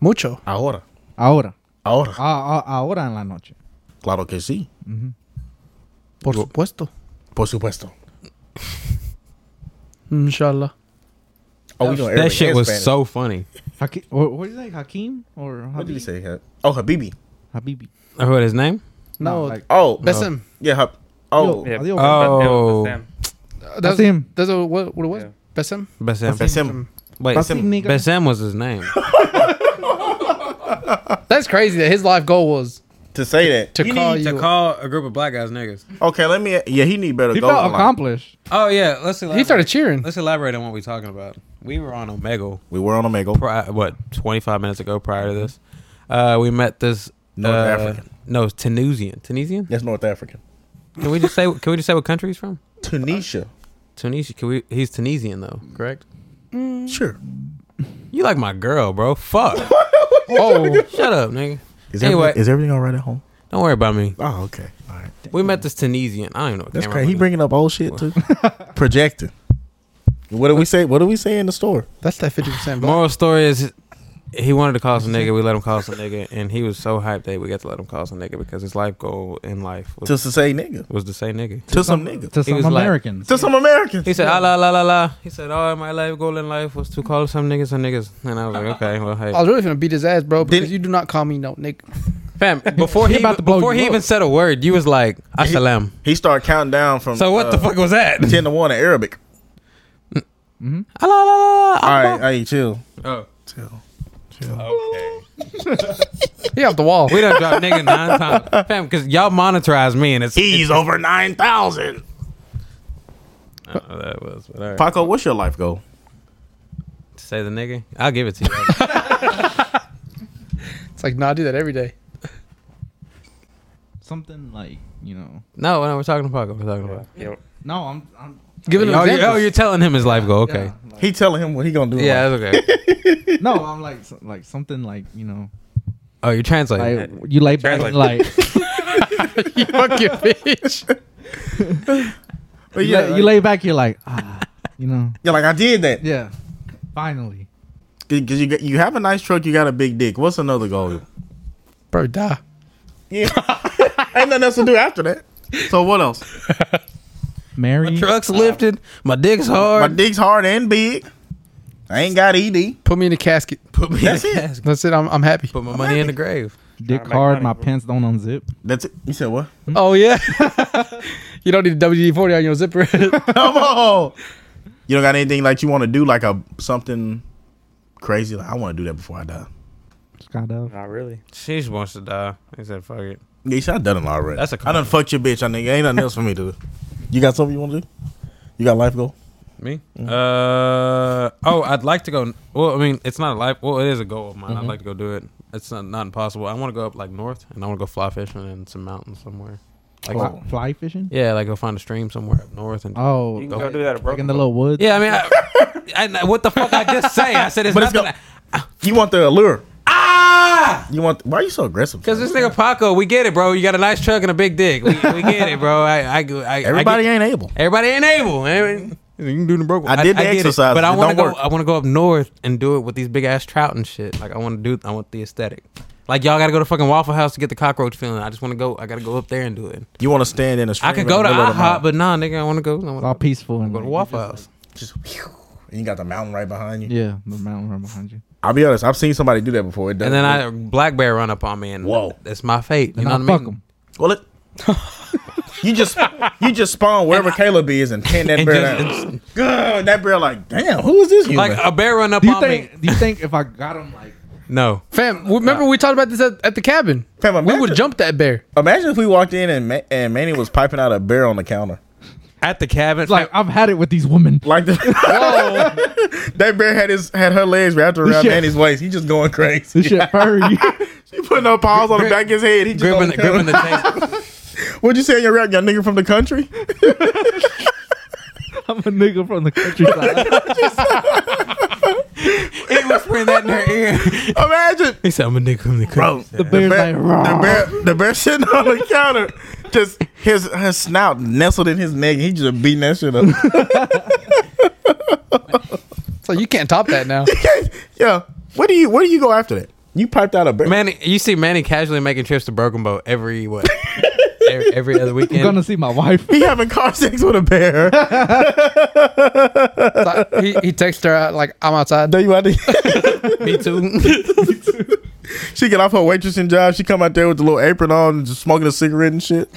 S3: Mucho.
S1: Ahora.
S2: Ahora.
S1: Ahora.
S2: Ah, ah, ahora en la noche.
S1: Claro que sí.
S3: Por supuesto.
S1: Por supuesto.
S3: Inshallah.
S1: Oh, we doing
S4: That shit was
S1: Spanish.
S4: so funny.
S2: Haki- or, what do you say, Hakim or Habib?
S1: What did he say? Hab- Oh, Habibi.
S2: Habibi.
S4: I heard his name.
S3: No,
S2: like
S1: Oh,
S3: That's him.
S1: yeah. Hab- oh,
S2: Yo.
S5: Yeah.
S2: Are they okay?
S4: Oh.
S5: But-
S3: Uh,
S2: That's him.
S3: That's a, what, what it was?
S5: Yeah.
S3: Besem?
S4: Bassem.
S1: that's him.
S4: Wait,
S2: That's him, nigga.
S4: Bassem was his name.
S3: That's crazy that his life goal was
S1: To say that.
S3: to call you.
S4: call a group of black guys niggas.
S1: Okay, let me. Yeah, he need better
S2: He
S1: goals.
S2: felt
S1: in life.
S2: accomplished.
S4: Oh yeah, let's elaborate.
S3: he started cheering.
S4: Let's elaborate on what we're talking about. We were on Omegle,
S1: We were on Omega.
S4: pri- what twenty five minutes ago prior to this. Uh, we met this
S1: North
S4: uh,
S1: African.
S4: No, it's Tunisian. Tunisian.
S1: That's North African.
S4: Can we just say? Can we just say what country he's from?
S1: Tunisia.
S4: Tunisia. Can we? He's Tunisian though, correct?
S1: Sure.
S4: You like my girl, bro? Fuck.
S3: Oh,
S4: Shut up, nigga.
S1: Is
S4: Anyway.
S1: everything, is everything all right at home?
S4: Don't worry about me.
S1: Oh, okay. All right.
S4: We met this Tunisian. I don't even know. What
S1: That's
S4: camera
S1: crazy.
S4: I'm
S1: He
S4: in.
S1: bringing up old shit too. Projecting. What do we say? What do we say in the store?
S3: that's that 50% black.
S4: Moral story is he wanted to call us a nigga. We let him call us a nigga, and he was so hyped that we got to let him call us a nigga because his life goal in life was,
S1: Just to say nigga.
S4: was to say nigga.
S1: To some nigga.
S2: To some
S4: was like-
S2: Americans.
S1: To some Americans.
S4: He said, ah, la, la, la, la. He said, oh, my life goal in life was to call some niggas some niggas. And I was like, okay, well,
S3: I
S4: hey.
S3: was really going to beat his ass, bro, because
S1: Did-
S3: you do not call me no nigga.
S4: Fam, before
S6: He
S4: he,
S6: about to blow
S4: before
S6: you
S4: he
S6: up.
S4: even said a word, you was like, "Assalam."
S1: He started counting down from
S4: So what the
S1: uh,
S4: fuck was that?
S1: ten to one in Arabic.
S2: Mm-hmm.
S4: Ah, la, la, la,
S1: All
S4: la,
S1: right, hey, chill.
S4: Oh.
S5: Okay.
S3: He off the wall.
S4: We done dropped nigga nine times, fam, because y'all monitorize me and it's.
S1: He's over nine thousand.
S4: I don't know what Oh, that was, but all right.
S1: Paco, what's your life goal?
S4: To say the nigga, I'll give it to you.
S3: It's like, nah, I do that every day.
S2: Something like you know.
S4: no, no, we're talking to Paco. We're talking to Paco.
S5: Yep.
S2: No, I'm. I'm
S3: Give it an
S4: Oh, you-
S3: example.
S4: oh, you're telling him his life goal. Okay.
S2: yeah, like-
S1: He telling him what he gonna do.
S4: Yeah,
S1: in life.
S4: that's okay.
S2: no, I'm like so- like something like you know.
S4: Oh, you're translating.
S2: Like you lay back
S5: Translate.
S2: like
S3: you fucking bitch.
S1: But
S2: you
S1: yeah,
S2: lay-
S1: like,
S2: you lay back. You're like ah, you know.
S1: yeah, like I did that
S2: Yeah. Finally.
S1: because you got- you have a nice truck, you got a big dick. What's another goal?
S3: Bro, die.
S1: Yeah, ain't nothing else to do after that. So what else?
S2: Mary.
S4: Trucks lifted. My dick's hard.
S1: My dick's hard and big. I ain't got ED.
S3: Put me in a casket.
S4: Put me
S1: That's
S4: in the
S1: it.
S4: casket.
S3: That's it. I'm, I'm happy.
S4: Put my money in the grave.
S2: Dick
S5: Tryna make
S2: hard.
S5: money,
S2: My
S5: bro.
S2: pants don't unzip.
S1: That's it. You said what?
S3: Oh, yeah. you don't need a WD 40 on your zipper.
S1: Come on. You don't got anything like you want to do, like a something crazy. Like I want to do that before I die.
S2: Skydive.
S5: Not really.
S4: She just wants to die. He said, "Fuck it."
S1: Yeah, you said I done it already.
S4: That's a
S1: I done fucked your bitch. I nigga ain't nothing else for me to do. You got something you want to do? You got life goal?
S4: Me?
S1: Mm-hmm.
S4: Uh oh, I'd like to go. Well, I mean, it's not a life. Well, it is a goal of mine.
S1: Mm-hmm.
S4: I'd like to go do it. It's not not impossible. I want to go up like north, and I want to go fly fishing in some mountains somewhere. Like,
S2: Fly, fly fishing.
S4: yeah, like go find a stream somewhere up north and.
S2: Oh,
S5: You can
S2: like
S5: go, do that at
S2: in
S5: Broken
S2: the little woods.
S4: Yeah, I mean, I, I- what the fuck I just say? I said it's
S1: But it's
S4: nothing.
S1: go- Ah, You want the allure?
S4: ah,
S1: You want? Why are you so aggressive?
S4: because this
S1: son?
S4: nigga Paco, we get it, bro. You got a nice truck and a big dick. We, we get it, bro. I, I, I I
S1: everybody
S4: get-
S1: ain't able.
S4: Everybody ain't able. Everybody- You can do the broke.
S1: I did the
S4: get it,
S1: exercises.
S4: but I
S1: It
S4: want to
S1: don't
S4: go.
S1: work.
S4: I want to go up north and do it with these big ass trout and shit. Like I want to do. I want the aesthetic. Like y'all got to go to fucking Waffle House to get the cockroach feeling. I just want to go. I got to go up there and do it.
S1: You want to stand in a stream?
S4: I could
S1: in
S4: go
S1: the
S4: to
S1: middle of the
S4: IHOP,
S1: mountain.
S4: but nah, nigga, I want to go. I
S2: It's all
S4: want
S2: peaceful and
S4: to go to
S2: like,
S4: Waffle
S2: you just,
S4: House.
S1: just whew, and you got the mountain right behind you.
S2: Yeah, the mountain right behind you.
S1: I'll be honest. I've seen somebody do that before. It doesn't.
S4: And then
S1: work.
S4: I black bear run up on me, and
S1: Whoa.
S4: that's my fate. You
S2: And
S4: know
S2: I
S4: what I
S2: fuck
S4: mean?
S2: 'em.
S1: Well, it. you just you just spawn wherever Caleb is and pin that
S4: And
S1: bear
S4: just-
S1: down. God, that bear like, damn, who is this human?
S4: Like uh, a bear run up
S2: Do you
S4: on me.
S2: think? Do you think if I got him like
S4: No,
S3: Fam, remember we talked about this at, at the cabin?
S1: Fam,
S3: we
S1: imagine-
S3: would jump that bear.
S1: Imagine if we walked in and Ma- and Manny was piping out a bear on the counter.
S4: at the cabin.
S2: It's like I've had it with these women.
S1: Like the, that bear had his had her legs wrapped around
S2: shit-
S1: Manny's waist. He just going crazy.
S2: This shit furry.
S1: She putting her paws on the back of his head. He just on the
S4: gripping, the, gripping the taste.
S1: counter. What'd you say in your rap, y'all nigga from the country?
S2: I'm a nigga from the countryside.
S4: He whispering that in her ear.
S1: Imagine,
S4: He said, "I'm a nigga from the country."
S1: bro.
S2: The bear's like,
S1: the
S2: "Rawr."
S1: bear, the bear sitting on the counter, just his his snout nestled in his neck. He just beating that shit up.
S3: So you can't top that now.
S1: yeah. Where do you where do you go after that? You piped out a bear.
S4: Manny, you see Manny casually making trips to Broken Bow every what? every, every other
S2: I'm
S4: weekend.
S2: gonna see my wife.
S1: He having car sex with a bear.
S3: So he, he texted her out, like, I'm outside.
S1: know you out there.
S4: Me too.
S1: She get off her waitressing job. She come out there with the little apron on, and just smoking a cigarette and shit.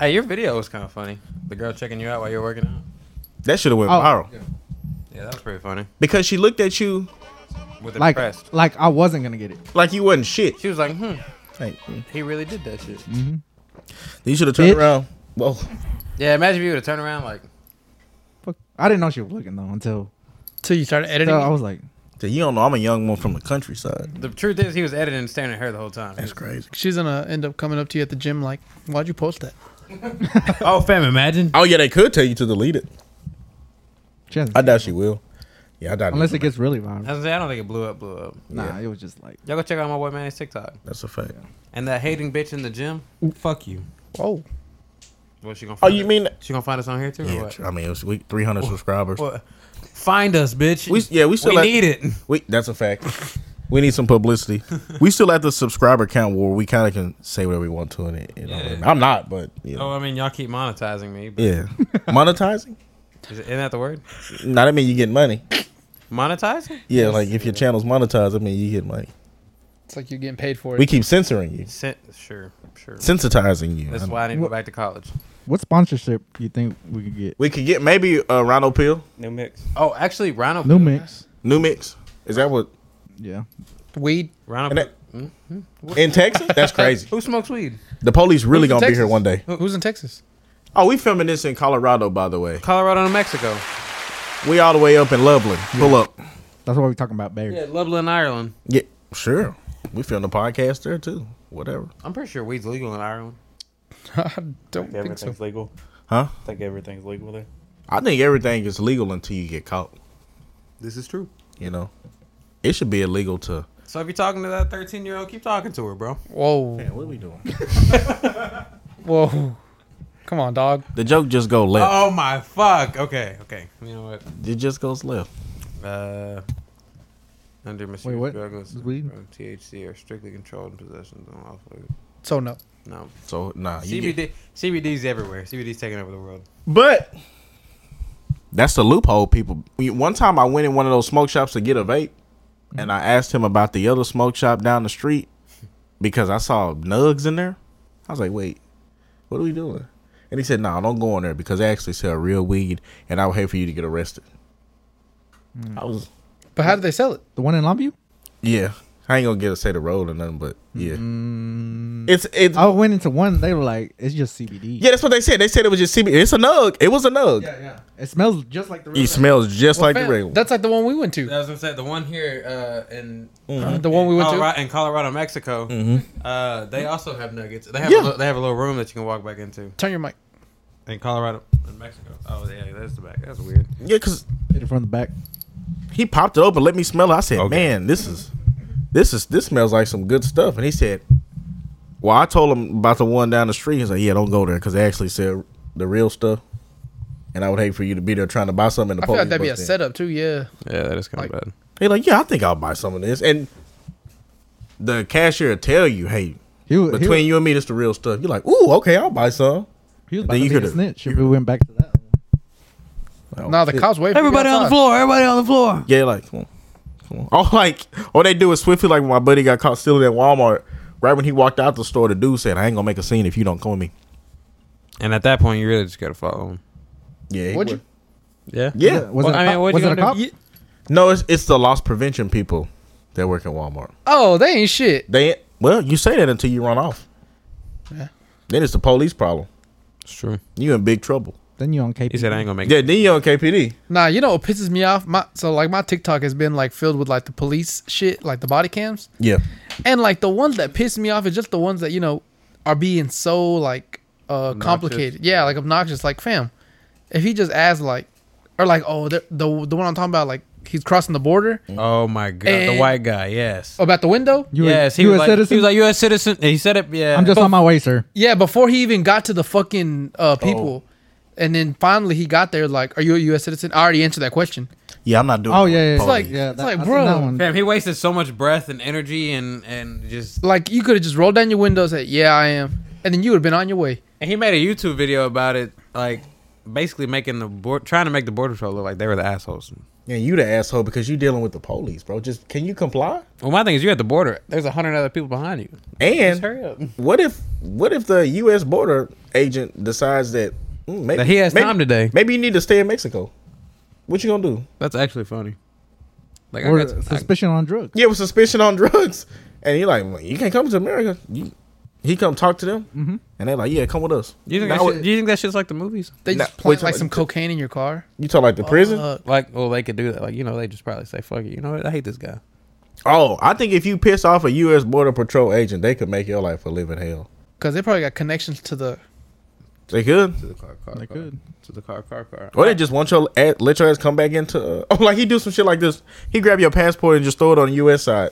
S4: hey, your video was kind of funny. The girl checking you out while you're working out.
S1: That should have went
S2: Oh.
S1: viral
S4: Yeah, that was pretty funny.
S1: because she looked at you
S4: With
S2: Like,
S4: impressed.
S2: like I wasn't gonna get it.
S1: like you wasn't shit.
S4: She was like, "Hmm,
S1: Like,
S4: he really did that shit."
S1: you should have turned
S2: Bitch.
S1: around. Whoa,
S4: Yeah, imagine if you would have turned around like,
S2: Fuck. I didn't know she was looking though until,
S3: So you started editing.
S2: until I was like,
S1: So you don't know. I'm a young one from the countryside.
S4: the truth is he was editing and staring at her the whole time.
S1: That's crazy.
S3: She's going to end up coming up to you at the gym, like, why'd you post that?
S4: oh, fam, imagine.
S1: Oh yeah, they could tell you to delete it.
S2: she hasn't
S1: I
S2: seen it.
S1: doubt she will. Yeah, I doubt.
S2: unless it
S1: gets
S2: gets really viral.
S4: I, was gonna say, I don't think it blew up. Blew up.
S2: nah, it was just like
S4: Y'all go check out my boy Manny's TikTok
S1: that's a fact.
S4: and that hating bitch in the gym. Fuck you. Oh.
S3: Whoa.
S4: What she gonna?
S1: Oh,
S4: Find
S1: you
S4: it-
S1: mean?
S4: she gonna find us on here too? or
S1: Yeah,
S4: what?
S1: tr- I mean it was we 300 subscribers.
S4: What? Find us, bitch.
S1: We yeah we still
S4: we
S1: at-
S4: need it.
S1: We that's a fact. we need some publicity. We still at the subscriber count where we kind of can say whatever we want to in it. You know?
S4: Yeah.
S1: I'm not, but you know.
S4: Oh, I mean, y'all keep monetizing me. But
S1: yeah, monetizing.
S4: is it, isn't that the word?
S1: Not I mean you get money.
S4: Monetizing?
S1: Yeah, like if your channel's monetized, I mean you get money.
S3: It's like you're getting paid for it.
S1: We keep censoring you,
S4: Sen- sure, sure.
S1: sensitizing you.
S4: That's
S1: I know.
S4: why I need to go back to college.
S2: What sponsorship you think we could get?
S1: We could get maybe uh, Ronald Peel,
S5: New mix.
S4: Oh, actually, Ronald.
S2: New mix.
S1: New Mix. Is that what
S2: Yeah.
S3: Weed.
S4: Ronald.
S1: and that- in Texas? That's crazy.
S4: who smokes weed?
S1: The police really
S3: Who's
S1: gonna
S3: in
S1: be
S3: Texas?
S1: here one day.
S3: Who's in Texas?
S1: Oh, we filming this in Colorado, by the way.
S4: Colorado, New Mexico.
S1: We all the way up in Loveland. Pull up.
S2: That's why we're talking about bears.
S4: Yeah, Lublin, Ireland.
S1: Yeah, sure. We filmed a podcast there too. Whatever.
S4: I'm pretty sure weed's legal in Ireland.
S3: I don't
S5: Think
S3: think so.
S5: everything's legal.
S1: Huh?
S5: I think everything's legal there.
S1: I think everything is legal until you get caught.
S4: This is true.
S1: You know, it should be illegal to.
S4: So if you're talking to that 13 year old, keep talking to her, bro.
S3: Whoa,
S1: Man, what are we doing?
S3: whoa. Come on, dog.
S1: The joke just go left.
S4: Oh my fuck. Okay, okay. You know what?
S1: It just goes left.
S4: Uh, under misuse
S2: Wait, what?
S4: drugs,
S2: Is weed?
S4: from THC are strictly controlled in possessions and lawful.
S3: So no.
S4: No,
S1: So nah. you get-
S4: CBD, CBD's everywhere. CBD's taking over the world.
S1: But that's the loophole, people. We- One time I went in one of those smoke shops to get a vape, and I asked him about the other smoke shop down the street because I saw nugs in there. I was like, wait, what are we doing? And he said, no, don't go in there because they actually sell real weed, and I would hate for you to get arrested. I was,
S3: But how did they sell it?
S2: The one in Longview?
S1: yeah. I ain't gonna get to say the road or nothing, but yeah,
S2: Mm,
S1: it's it's
S2: I went into one. They were like, it's just CBD.
S1: yeah. That's what they said. They said it was just CB. It's a nug. It was a nug.
S2: Yeah, yeah. It smells just like the
S1: It
S2: real.
S1: smells just
S3: Well,
S1: like
S3: fam,
S1: the regular.
S3: That's like the one we went to.
S4: I was gonna say the one here uh, in
S3: The one we went to.
S4: Colorado, in Colorado, Mexico. Uh, they also have nuggets. They have
S1: Yeah.
S4: a, li- they have a little room that you can walk back into
S3: Turn your mic.
S4: in Colorado, in Mexico. Oh yeah, that's the back. That's weird.
S1: yeah, because
S2: Hit it from the back.
S1: he popped it open, let me smell it. I said,
S4: Okay.
S1: "Man, this is, this is, this smells like some good stuff." And he said, "Well, I told him about the one down the street." He's like, "Yeah, don't go there because they actually sell the real stuff." And I would hate for you to be there trying to buy something. And
S3: I
S1: the
S3: feel like
S1: police
S3: that'd be a
S1: bust in.
S3: setup too. Yeah.
S4: Yeah, that is kind
S3: Like-
S4: bad.
S1: He's like, "Yeah, I think I'll buy some of this." And the cashier will tell you, "Hey,
S2: He was,
S1: between you and me, this the real stuff." You're like, "Ooh, okay, I'll buy some."
S2: he was
S1: then
S2: about
S1: you
S2: to be a
S1: could've-
S2: snitch if we went back to that.
S1: Oh,
S3: Nah, the
S1: shit.
S3: cops waiting. for you
S4: Everybody on the
S3: outside.
S4: floor. Everybody on the floor.
S1: Yeah, like, come on. Come on. All like, all they do is swiftly, like when my buddy got caught stealing at Walmart. Right when he walked out the store, the dude said, "I ain't gonna make a scene if you don't come with me."
S4: And at that point, you really just gotta follow them.
S1: Yeah, he
S3: Would
S1: would.
S3: you?
S4: Yeah.
S1: yeah.
S2: Was
S4: Well,
S2: it a
S4: I mean,
S2: cop?
S4: what you
S2: Was it a
S4: gonna
S2: cop?
S4: do?
S1: No, it's it's the loss prevention people that work at Walmart.
S3: Oh, they ain't shit.
S1: They well, you say that until you run off.
S3: Yeah.
S1: Then it's the police problem.
S4: It's true.
S1: You in big trouble.
S2: Then you on KP.
S4: He said I ain't gonna make.
S1: Yeah, then you on KPD.
S3: Nah, you know what pisses me off? My so like my TikTok has been like filled with like the police shit, like the body cams.
S1: Yeah.
S3: And like the ones that piss me off is just the ones that, you know, are being so like uh complicated. Yeah, like obnoxious. Like, fam, if he just asked like or like, oh, the the, the one I'm talking about, like he's crossing the border
S4: Oh my god, the
S3: And-
S4: white guy. Yes.
S3: about the window.
S2: Oh, You
S4: yes,
S2: a,
S4: he
S2: you
S4: was
S2: a
S4: like
S2: citizen?
S4: he was like U.S. citizen. He said it. Yeah.
S2: I'm just on my way, sir.
S3: Yeah, before he even got to the fucking uh
S1: Oh.
S3: people. And then finally he got there, like, Are you a US citizen? I already answered that question.
S1: Yeah, I'm not doing.
S2: Oh yeah, yeah.
S1: police.
S2: yeah.
S3: like-
S2: yeah,
S3: it's like,
S2: I seen
S3: bro.
S2: that one.
S4: Fam, he wasted so much breath and energy and and just.
S3: Like you could have just rolled down your window and said, Yeah, I am. And then you would have been on your way.
S4: And he made a YouTube video about it, like basically making the board, trying to make the border patrol look like they were the assholes.
S1: Yeah, you the asshole because you dealing with the police, bro. Just can you comply?
S4: Well, my thing is, you're at the border. There's a hundred other people behind you. Just
S1: And
S4: hurry up.
S1: what if what if the U.S. border agent decides that mm, maybe
S4: That he has
S1: maybe-
S4: time today.
S1: Maybe you need to stay in Mexico. What you gonna do?
S4: That's actually funny. Like
S2: Or
S4: I got, I-
S2: suspicion on drugs.
S1: Yeah, with suspicion on drugs. And he like, well, you can't come to America. You, he come talk to them, and they like, yeah, come with us.
S4: Mm-hmm. you think that
S1: Now,
S4: shit, do you think that shit's like the movies?
S3: They
S1: Nah,
S3: just
S1: wait
S3: plant
S1: till-
S3: like some cocaine in your car.
S1: you talk like the prison?
S3: Uh,
S4: Like, well, they could do that. Like, you know, they just probably say, "Fuck it." You know what? I hate this guy.
S1: oh, I think if you piss off a U.S. Border Patrol agent, they could make your life a living hell.
S3: Cause they probably got connections to the
S1: They could,
S4: To the car, car,
S2: They could.
S4: To the car, car, car.
S1: or they just want your ass- let your ass come back into. Uh, oh, like he do some shit like this. He grab your passport and just throw it on the U.S. side,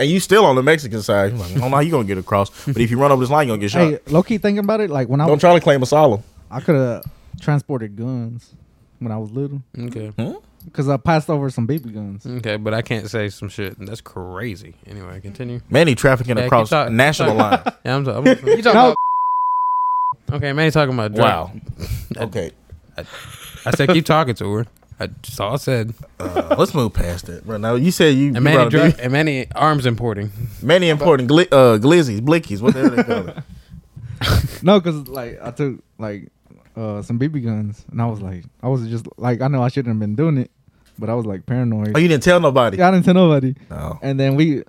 S1: and you still on the Mexican side. You're like, I don't know how you gonna get across, but if you run over this line, you gonna get shot.
S2: Hey, low key thinking about it, like when I
S1: don't
S2: was,
S1: try to claim asylum.
S2: I could have transported guns when I was little
S4: Okay.
S2: because I passed over some BB guns.
S4: Okay, but I can't say some shit. That's crazy. Anyway, continue.
S1: Manny trafficking
S4: Yeah, keep
S1: across
S4: talking-
S1: national
S4: keep
S1: line.
S4: Yeah, I'm, talking.
S3: You talking
S2: No.
S3: about
S4: okay, man, you talking about drugs.
S1: Wow. okay.
S4: I said keep talking to her. I just all I said.
S1: Uh, let's move past that, bro. Now you said you, you
S4: And Manny,
S1: brought
S4: dri-
S1: a
S4: and Manny arms importing.
S1: many important gli- uh, glizzies, blickies, whatever they call it.
S2: No, cause like I took like uh some BB guns and I was like I was just like I know I shouldn't have been doing it, but I was like paranoid.
S1: Oh, you didn't tell nobody.
S2: yeah, I didn't tell nobody.
S1: No,
S2: And then we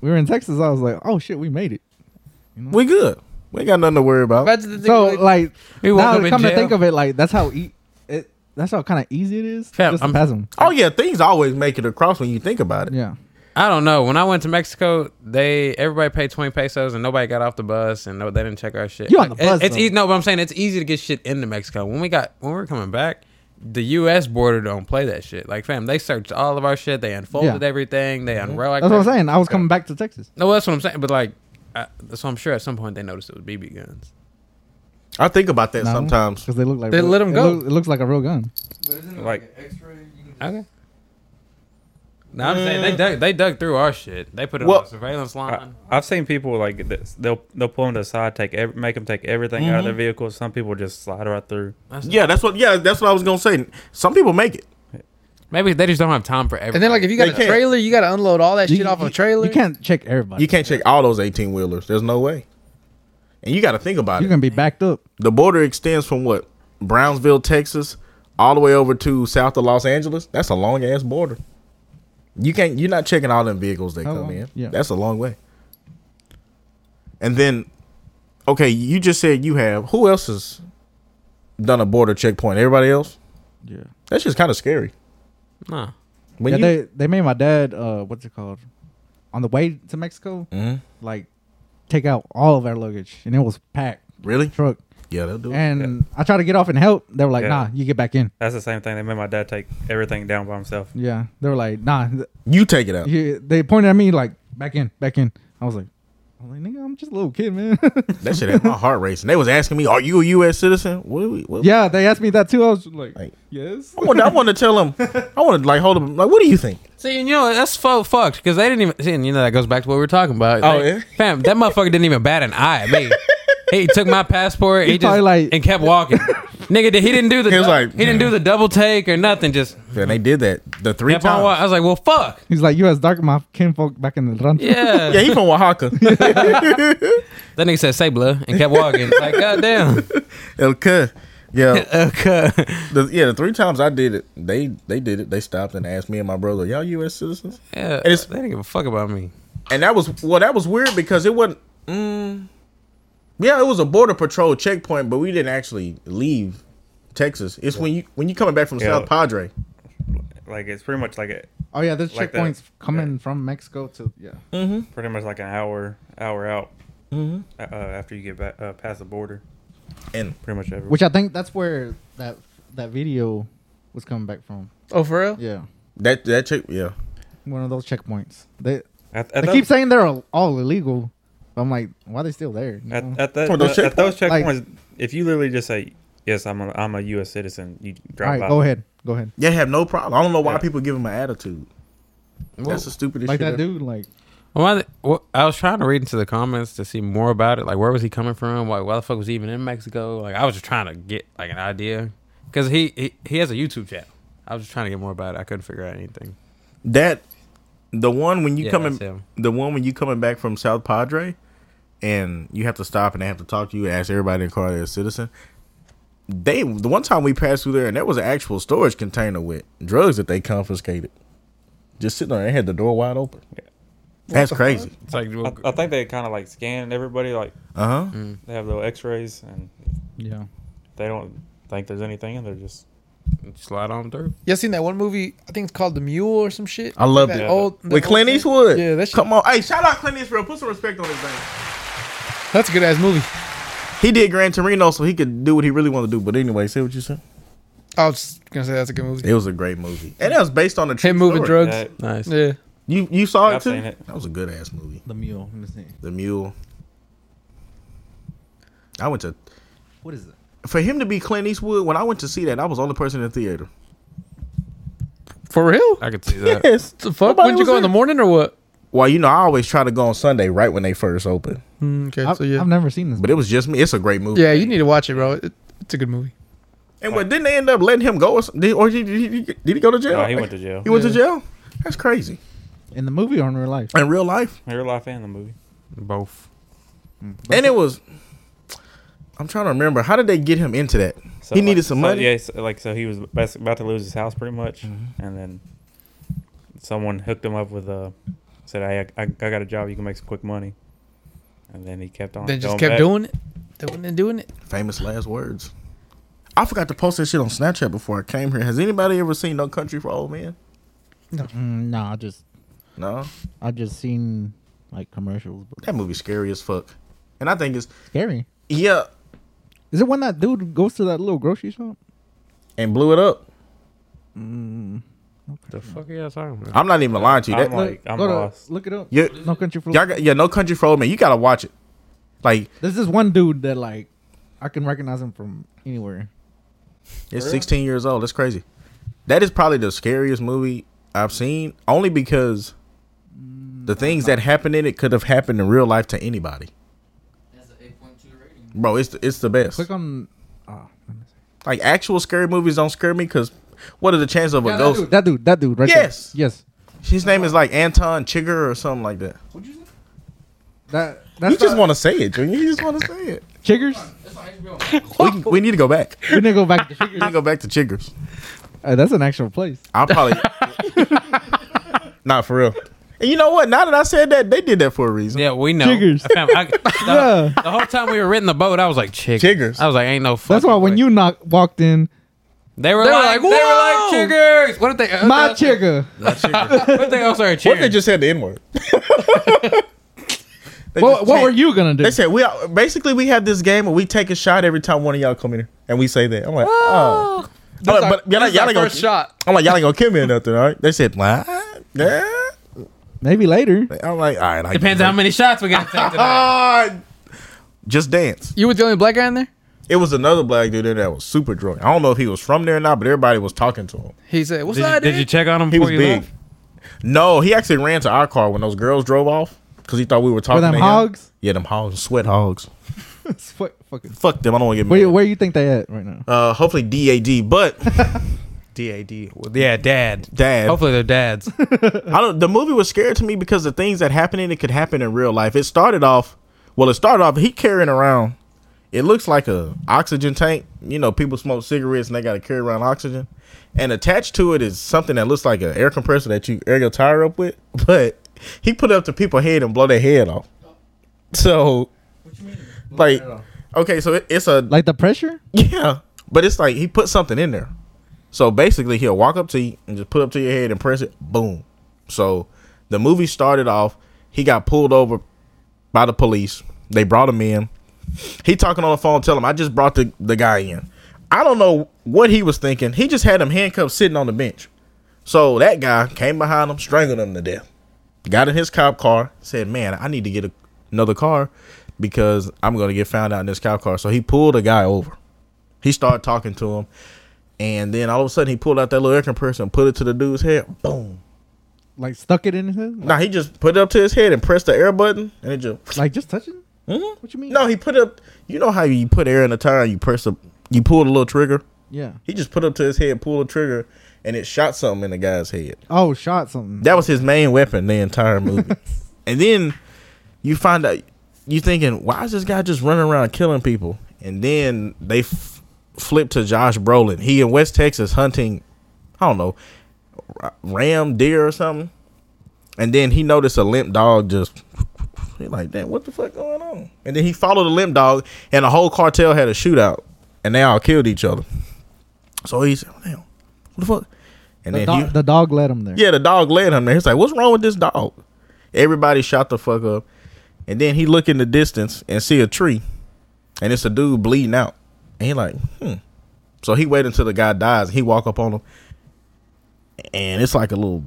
S2: we were in Texas. I was like, oh shit, we made it.
S1: we good. We ain't got nothing to worry about.
S3: Imagine the thing
S2: So
S3: like,
S2: like
S4: We woke
S2: now
S4: up in
S2: come to
S4: jail.
S2: think of it, like that's how e- it that's how kind of easy it is.
S4: Fam,
S2: just to
S4: I'm-
S2: pass 'em.
S1: Oh yeah, things always make it across when you think about it.
S2: Yeah.
S4: I don't know. When I went to Mexico, they everybody paid twenty pesos and nobody got off the bus and no, they didn't check our shit.
S2: You on the
S4: It-
S2: bus,
S4: it's
S2: though.
S4: easy, no, but I'm saying it's easy to get shit into Mexico. When we got when we were coming back, the U.S. border don't play that shit. Like fam, they searched all of our shit. They unfolded
S2: Yeah. Mm-hmm.
S4: everything. They unrolled.
S2: That's what I'm saying. I was coming back to Texas.
S4: No, that's what I'm saying. But like, I, so I'm sure at some point they noticed it was BB guns.
S1: I think about that sometimes.
S2: because they look like
S3: They
S2: real-
S3: let 'em
S2: it
S3: go.
S2: look- it looks like a real gun.
S5: Like,
S4: Okay. No, I'm saying
S2: Mm.
S4: they dug, they dug through our shit. They put it
S1: Well,
S4: on the surveillance
S5: I,
S4: line.
S5: I've seen people like this, they'll they'll pull them to the side, take ev- make them take everything out of their vehicle. Some people just slide right through.
S1: Yeah, that's what. Yeah, that's what I was gonna say. Some people make it.
S4: Maybe they just don't have time for everything.
S3: and then like if you
S1: They
S3: got a
S1: can't.
S3: trailer, you got to unload all that shit off a trailer.
S2: You can't check everybody.
S1: You can't check all those eighteen wheelers. There's no way. And you got to think about
S2: You're
S1: it.
S2: gonna be backed up.
S1: the border extends from what Brownsville, Texas, all the way over to south of Los Angeles. That's a long ass border. You can't. You're not checking all them vehicles that
S2: How
S1: come
S2: long?
S1: in.
S2: Yeah.
S1: That's a long way. And then, okay, you just said you have. Who else has done a border checkpoint? Everybody else.
S2: Yeah.
S1: That's just kind of scary.
S4: Nah.
S1: When
S2: yeah,
S1: you,
S2: they they made my dad uh what's it called on the way to Mexico
S1: Mhm.
S2: like take out all of our luggage and it was packed
S1: really?
S2: truck
S1: Yeah, they'll do it.
S2: and I tried to get off and help they were like
S5: Yeah.
S2: nah you get back in
S5: That's the same thing. They made my dad take everything down by himself.
S2: yeah they were like nah th-
S1: You take it out.
S2: you, they pointed at me like back in back in I was like I'm like nigga I'm just a little kid man
S1: That shit had my heart racing. They was asking me, "Are you a U.S. citizen?" What? do we- what
S2: yeah they asked me that too I was like
S1: Like-
S2: yes
S1: I want. I want to tell them. I want to like hold them. Like, what do you think?
S4: See, and you know that's so fucked because they didn't even. See, and you know that goes back to what we were talking about.
S1: Oh,
S4: They-
S1: yeah?
S4: fam, that motherfucker didn't even bat an eye at me. He took my passport. He,
S2: He
S4: just
S2: probably like-
S4: and kept walking. Nigga, did- he didn't do the.
S1: He was like,
S4: he didn't do the double take or nothing. Just
S1: And they did that the three
S4: kept on
S1: times.
S4: walking. I was like, well, fuck.
S2: he's like you as dark as my kinfolk back in the run
S4: Yeah.
S1: Yeah, he from Oaxaca.
S4: That nigga said say blood and kept walking. like goddamn.
S1: okay. Yeah,
S4: Okay.
S1: the, yeah. The three times I did it, they they did it. They stopped and asked me and my brother, "Y'all U.S. citizens?"
S4: Yeah.
S1: it's-
S4: they didn't give a fuck about me.
S1: And that was well, that was weird because it wasn't. Mm, yeah, it was a border patrol checkpoint, but we didn't actually leave Texas. It's when you when you coming back from
S5: Yeah.
S1: South Padre.
S5: Like it's pretty much like a
S2: oh yeah there's
S5: Like that.
S2: checkpoints coming from Mexico to yeah
S5: pretty much like an hour hour out uh, after you get back uh, past the border.
S1: And-
S5: pretty much everywhere.
S2: Which I think that's where that that video was coming back from.
S3: Oh, for real?
S2: Yeah,
S1: That that check, yeah.
S2: one of those checkpoints. They
S5: at,
S2: they
S5: at
S2: keep
S5: those,
S2: saying they're all- all illegal. But I'm like, why are they still there? you
S5: at,
S2: know?
S5: at, that-
S1: For those
S5: the- at those
S2: checkpoints?
S5: checkpoints, if you literally just say yes, I'm a, I'm a U.S. citizen, you
S2: all
S5: drive
S2: right,
S5: by.
S2: go ahead, go ahead.
S1: They have no problem. I don't know why
S5: Yeah.
S1: people give him an attitude. That's the stupidest
S2: Like
S1: shit.
S2: that dude, like
S4: Well, I, well, I was trying to read into the comments to see more about it. Like, where was he coming from? Like, why the fuck was he even in Mexico? Like, I was just trying to get like an idea because he, he he has a YouTube channel. I was just trying to get more about it. I couldn't figure out anything.
S1: That the one when you
S4: Yeah,
S1: coming
S4: that's him.
S1: the one when you coming back from South Padre and you have to stop and they have to talk to you and ask everybody in the car they're a citizen. They the one time we passed through there and there was an actual storage container with drugs that they confiscated. Just sitting there, they had the door wide open. That's crazy.
S4: It's like
S5: I, I think they kind of like scan everybody. Like
S1: Uh huh.
S5: they have little X-rays, and
S2: yeah,
S5: they don't think there's anything, and they're just
S4: slide on through.
S3: Y'all seen that one movie? I think it's called The Mule or some shit.
S1: I loved
S3: That
S1: it.
S3: old- that
S1: With Clint
S3: old-
S1: Eastwood.
S3: Yeah, that shit-
S1: Come on. Hey, shout out Clint Eastwood. Put some respect on his name.
S3: That's a good ass movie.
S1: He did Gran Torino so he could do what he really wanted to do. But anyway, see what you said?
S3: I was just gonna say that's a good movie.
S1: It was a great movie. And that was based on the true
S3: Him moving
S1: story.
S3: drugs.
S5: Yeah,
S4: Nice.
S3: Yeah.
S1: You you saw it
S5: I've
S1: too?
S5: seen it.
S1: That was a good ass movie.
S2: the mule. Let me see.
S1: The Mule. I went to
S2: What is it?
S1: for him to be Clint Eastwood. When I went to see that, I was the only person in the theater.
S3: For real?
S4: I could see that.
S1: Yes.
S3: The fuck?
S1: Nobody
S3: When you
S1: was
S3: go in the
S1: there.
S3: morning or what?
S1: Well, you know, I always try to go on Sunday right when they first open,
S3: Mm, okay,
S2: I've,
S3: so yeah.
S2: I've never seen this.
S1: but it was just me. It's a great movie.
S3: yeah, you need to watch it, bro. It, it's a good movie.
S1: And what didn't they end up letting him go? Or, something? did, or did, he- did he, did he go to jail?
S5: No, he went to jail.
S1: He went to
S3: Yeah.
S1: jail. That's crazy.
S2: in the movie or in real life.
S1: In real life,
S5: Real life and the movie.
S4: Both.
S1: and it was. I'm trying to remember. How did they get him into that?
S5: So,
S1: he
S5: like-
S1: needed some
S5: so,
S1: money.
S5: Yeah, so, like so he was bas- about to lose his house pretty much, and then someone hooked him up with a said, "Hey, I, I I got a job. You can make some quick money." And then he kept on.
S1: Oh,
S3: They just
S5: going
S3: kept
S5: back.
S3: doing it, doing it, doing it.
S1: Famous last words. I forgot to post that shit on Snapchat before I came here. Has anybody ever seen No Country for Old Men?
S2: Mm, nah, I just
S1: No,
S2: I just seen like commercials. But
S1: that movie's scary as fuck. And I think it's
S2: scary.
S1: yeah,
S2: Is it when that dude goes to that little grocery shop?
S1: and blew it up.
S4: The fuck are y'all talking about?
S1: I'm not even lying to you. That,
S5: I'm like, I'm
S2: Go to-
S5: lost.
S2: look it up.
S1: Yeah.
S2: No country for.
S1: y'all got, yeah, No Country for Old Men. You gotta watch it. Like
S2: There's this one dude that like I can recognize him from anywhere.
S1: It's 16 years old. That's crazy. That is probably the scariest movie I've seen, only because the things that happened in it could have happened in real life to anybody.
S7: That's an 8.2 rating.
S1: Bro, it's the, it's the best.
S2: Click on. Oh, let me see.
S1: Like actual scary movies don't scare me because what are the chances of a
S2: Yeah, that,
S1: ghost?
S2: dude, that dude. That dude. Right
S1: Yes.
S2: there. Yes.
S1: His name is like Anton Chigger or something like that.
S7: What'd you say?
S2: That. That's
S1: you just
S2: want
S1: want to say it, Junior. You just want to say it.
S2: chiggers.
S7: That's on HBO.
S1: We, can- we need to go back.
S2: We didn't go back
S1: We
S2: to chiggers.
S1: need to go back to Chiggers.
S2: Uh, that's an actual place.
S1: I'll probably. Not for real. And you know what? Now that I said that, they did that for a reason.
S4: Yeah, we know.
S2: Chiggers.
S4: I found- I- the,
S2: Yeah.
S4: the whole time we were renting the boat, I was like, chiggers.
S1: Chiggers.
S4: I was like, ain't no fuck.
S2: That's why when you knock walked in,
S4: They were
S3: They were
S4: like,
S3: like,
S4: they
S3: "Whoa!"
S4: were like, chiggers. What if they, what
S2: my
S4: if they,
S2: chigger.
S4: what if they all started
S1: What if
S4: cheering?
S1: they just said the N word?
S2: What, what were you gonna do?
S1: They said we are, basically we have this game where we take a shot every time one of y'all come in here and we say that. I'm like, oh, I'm like,
S3: That's our-
S1: but y'all,
S3: that's
S1: y'all
S3: our
S1: ain't gonna,
S3: first shot.
S1: I'm like, y'all ain't gonna kill me or nothing, all right? They said, what? Yeah.
S2: Maybe later.
S1: I'm like, all right. I
S4: Depends on how many shots we got to take tonight.
S1: Ah, just dance.
S3: You were the only black guy in there.
S1: It was another black dude in there that was super drunk. I don't know if he was from there or not, but everybody was talking to him.
S3: He said, "What's
S4: Did you,
S3: that?"
S4: did you check on him
S1: He was
S4: before you
S1: big.
S4: left?
S1: No, he actually ran to our car when those girls drove off because he thought we were talking
S2: Were them
S1: to him.
S2: hogs?
S1: Yeah, them hogs, sweat hogs.
S2: Fuck, fuck it.
S1: Fuck them. I don't want to get
S2: Where,
S1: mad.
S2: where you think they at right now?
S1: Uh, hopefully DAD, but DAD.
S4: Well, Yeah, dad.
S1: Dad.
S4: Hopefully they're dads.
S1: I don't. The movie was scary to me because the things that happened in it could happen in real life. It started off. Well, it started off. He carrying around. It looks like a oxygen tank. You know, people smoke cigarettes and they got to carry around oxygen. And attached to it is something that looks like an air compressor that you air your tire up with. But he put it up to people's head and blow their head off. So, like, okay, so it, it's a
S2: Like the pressure?
S1: yeah, but it's like he put something in there. So basically, he'll walk up to you and just put up to your head and press it. Boom. So the movie started off. He got pulled over by the police. They brought him in. He talking on the phone, telling him, "I just brought the the guy in." I don't know what he was thinking. He just had him handcuffed, sitting on the bench. So that guy came behind him, strangled him to death. Got in his cop car, said, "Man, I need to get a, another car because I'm gonna get found out in this cop car." So he pulled a guy over. He started talking to him, and then all of a sudden he pulled out that little air compressor and put it to the dude's head. Boom!
S2: Like stuck it in his head? Like,
S1: Now he just put it up to his head and pressed the air button, and it just.
S2: like just touching?
S1: Mhm.
S2: What you mean?
S1: No, he put up. You know how you put air in the tire, and you press the, you pull the little trigger.
S2: Yeah.
S1: He just put up to his head, pulled the trigger, and it shot something in the guy's head.
S2: Oh, shot something.
S1: That was his main weapon the entire movie. and then you find out you thinking, why is this guy just running around killing people? And then they f- flip to Josh Brolin. He in West Texas hunting, I don't know, ra- ram, deer, or something. And then he noticed a limp dog just. He like, damn, what the fuck going on? And then he followed the limp dog, and the whole cartel had a shootout, and they all killed each other. So he said, damn, what the fuck? And
S2: the,
S1: then
S2: dog,
S1: he,
S2: the dog led him there.
S1: yeah, the dog led him there. He's like, "What's wrong with this dog?" Everybody shot the fuck up, and then he look in the distance and see a tree, and it's a dude bleeding out, and he like, "Hmm." So he waited until the guy dies. He walk up on him, and it's like a little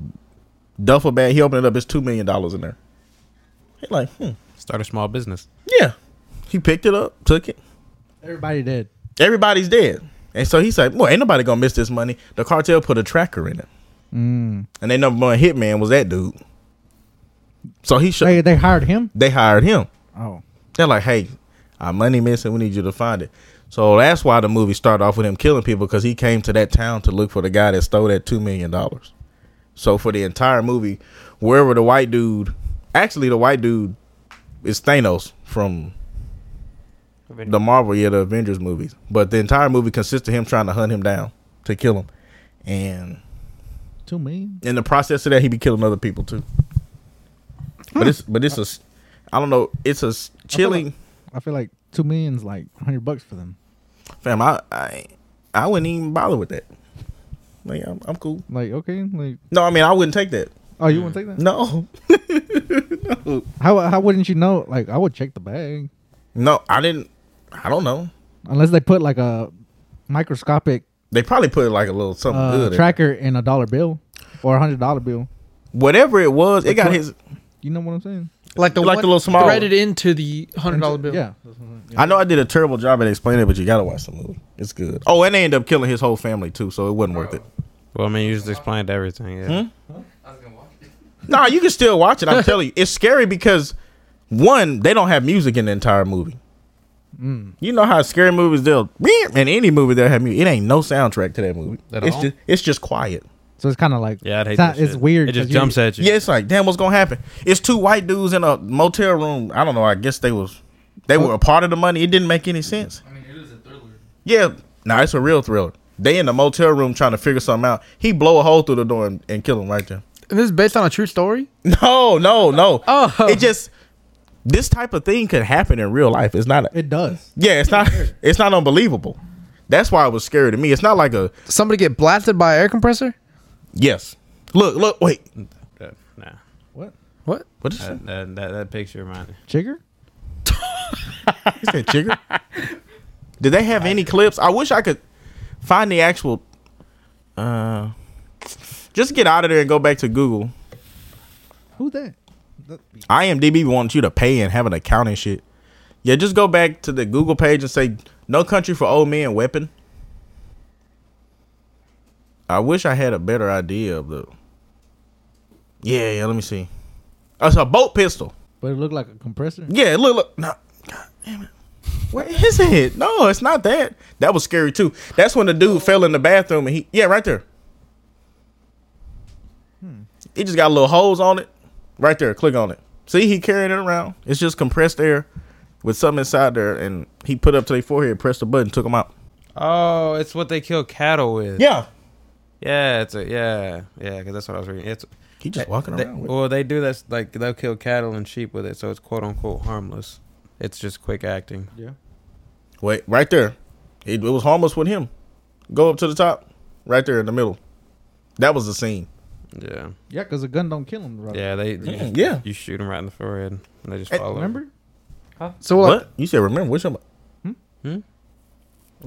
S1: duffel bag. He opened it up. It's two million dollars in there. He like, "Hmm."
S4: Start a small business.
S1: Yeah, he picked it up, took it.
S2: Everybody dead.
S1: Everybody's dead, and so he's like, "Well, ain't nobody gonna miss this money." The cartel put a tracker in it,
S2: Mm.
S1: and their number one hitman was that dude. So he shot.
S2: They, they hired him?
S1: they hired him.
S2: Oh.
S1: They're like, hey, our money missing. We need you to find it. So that's why the movie started off with him killing people because he came to that town to look for the guy that stole that two million dollars. So for the entire movie, wherever the white dude, actually the white dude is Thanos from
S5: Avengers.
S1: the Marvel, yeah, the Avengers movies. But the entire movie consists of him trying to hunt him down to kill him, and
S2: Too mean.
S1: in the process of that, he be killing other people too. But it's but it's a, s- I don't know, it's a s- chilling.
S2: I feel like two millions like hundred bucks for them.
S1: Fam, I, I I wouldn't even bother with that. Like I'm, I'm cool.
S2: Like okay, like
S1: No, I mean I wouldn't take that.
S2: oh you want to take that?
S1: No,
S2: How how wouldn't you know? Like I would check the bag
S1: no, I didn't. I don't know.
S2: unless they put like a microscopic
S1: They probably put like a little something
S2: uh,
S1: Oh, good. in-
S2: tracker in a dollar bill or a hundred dollar bill.
S1: Whatever it was, it got
S2: Like-
S1: his.
S2: You know what I'm saying?
S3: Like the
S1: Like
S3: one
S1: the little small-
S3: threaded into the hundred dollar bill.
S2: Yeah.
S1: I know I did a terrible job at explaining it, but you gotta watch the movie. It's good. Oh, and they end up killing his whole family too, so it wasn't worth it.
S4: Well, I mean, you just explained everything. Yeah.
S7: I was gonna watch it.
S1: Nah, you can still watch it. I'm telling you, it's scary because one, they don't have music in the entire movie.
S4: Hmm.
S1: You know how scary movies they'll in any movie they'll have music. It ain't no soundtrack to that movie.
S4: At
S1: it's
S4: all?
S1: just it's just quiet.
S2: So it's kind of like
S4: Yeah, I'd hate
S2: it's, not-
S4: that
S2: it's
S4: shit.
S2: weird.
S4: It just
S2: 'cause you-
S4: jumps at you.
S1: Yeah, it's like damn, what's gonna happen? It's two white dudes in a motel room. I don't know. I guess they was they were a part of the money. It didn't make any sense.
S7: I mean, it is a thriller.
S1: Yeah, nah, it's a real thriller. They in the motel room trying to figure something out. He blow a hole through the door and, and kill him right there.
S3: And this is based on a true story.
S1: No, no, no.
S3: Oh.
S1: It just this type of thing could happen in real life. It's not.
S2: It does.
S1: yeah, it's not. It's not unbelievable. That's why it was scary to me. It's not like a
S3: Somebody get blasted by an air compressor.
S1: yes. Look, look, wait.
S4: That- nah.
S2: What?
S3: What?
S1: What is that?
S4: That, that, that, that picture reminded.
S2: Chigger?
S1: Is that Jigger? Did they have any clips? I wish I could find the actual. Uh, just get out of there and go back to Google.
S2: Who that?
S1: IMDb wants you to pay and have an account and shit. Yeah, just go back to the Google page and say "No Country for Old Men" weapon. I wish I had a better idea of the. Yeah, yeah. Let me see. That's a boat pistol.
S2: But it looked like a compressor.
S1: Yeah, look, look. No, God damn it. What is it? No, it's not that. That was scary too. That's when the dude fell in the bathroom and he yeah, right there. It just got little holes on it. Right there, click on it. See, he carrying it around. It's just compressed air with something inside there, and he put up to their forehead, pressed the button, took him out.
S4: Oh, it's what they kill cattle with.
S1: Yeah,
S4: Yeah, it's a yeah, yeah. Because that's what I was reading. It's
S1: he just walking
S4: they,
S1: around. With it.
S4: well, they do that. Like they'll kill cattle and sheep with it, so it's quote unquote harmless. It's just quick acting.
S1: Wait, right there. It, it was harmless with him. Go up to the top, right there in the middle. That was the scene.
S4: Yeah,
S2: Yeah, because a gun don't kill him. Right?
S4: yeah. They you
S1: Yeah,
S4: just,
S1: yeah.
S4: You shoot them right in the forehead, and they just
S1: Hey,
S4: follow.
S2: Remember?
S3: So what?
S1: What you said? Remember which one?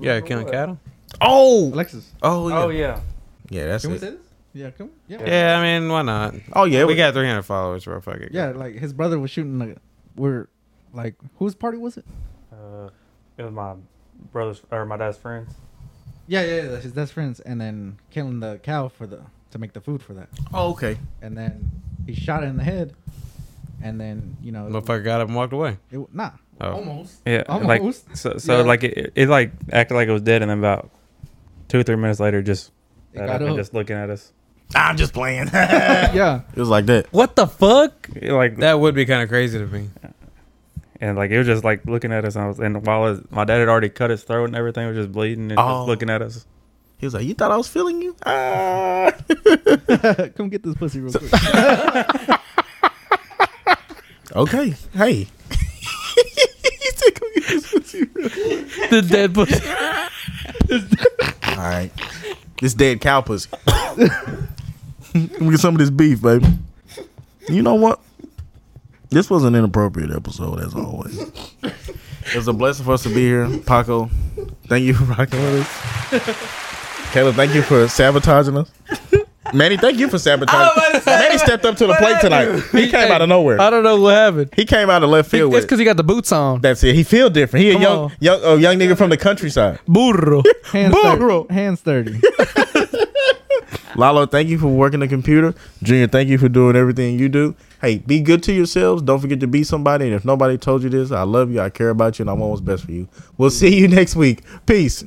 S4: Yeah, killing cattle.
S1: Oh,
S2: Alexis.
S1: oh yeah,
S5: Oh yeah.
S1: Yeah, that's
S2: Can we
S1: it.
S2: say this? Yeah, can we? Yeah.
S4: Yeah, I mean, why not?
S1: Oh yeah,
S4: we got 300 followers, bro. Fuck it.
S2: Yeah, like his brother was shooting like we're like whose party was it?
S5: Uh, it was my brother's or my dad's friends.
S2: Yeah, yeah, yeah, his best friends and then killing the cow for the to make the food for that.
S1: Oh, okay.
S2: And then he shot it in the head. And then, you know, it,
S4: Motherfucker got up and walked away.
S2: it, nah.
S4: Oh.
S7: Almost.
S5: Yeah,
S2: Almost.
S5: like so, so
S2: Yeah.
S5: like it, it like acted like it was dead, and then about two or three minutes later, just
S2: It
S5: uh,
S2: got
S5: and
S2: up.
S5: just looking at us.
S1: I'm just playing. it
S2: yeah.
S1: was like that.
S3: What the fuck?
S5: It, like
S4: That would be kind of crazy to me.
S5: and like it was just like looking at us. And I was and while it, my dad had already cut his throat and everything, it was just bleeding and
S1: Oh.
S5: just looking at us.
S1: He was like, "You thought I was feeling you? Ah.
S2: Come get this pussy real quick.
S1: okay. Hey. He said, "Come get this pussy real quick."
S3: The dead pussy.
S1: All right. This dead cow pussy. Let me get some of this beef, baby. You know what? This was an inappropriate episode, as always. It was a blessing for us to be here, Paco. Thank you for rocking with us. Caleb, thank you for sabotaging us. Manny, thank you for sabotaging. Manny stepped up to the plate tonight. He came out of
S3: I
S1: nowhere.
S3: don't know what happened.
S1: He came out of left field
S3: That's
S1: with.
S3: because he got the boots on.
S1: That's it. He feel different. He a
S3: Come
S1: young,
S3: on.
S1: young, oh, young nigga from the countryside.
S3: Burro.
S2: Hands,
S1: Burro.
S2: thirty. Hands thirty.
S1: Lalo, thank you for working the computer. Junior, thank you for doing everything you do. Hey, be good to yourselves. Don't forget to be somebody. And if nobody told you this, I love you. I care about you, and I want what's best for you. We'll see you next week. Peace.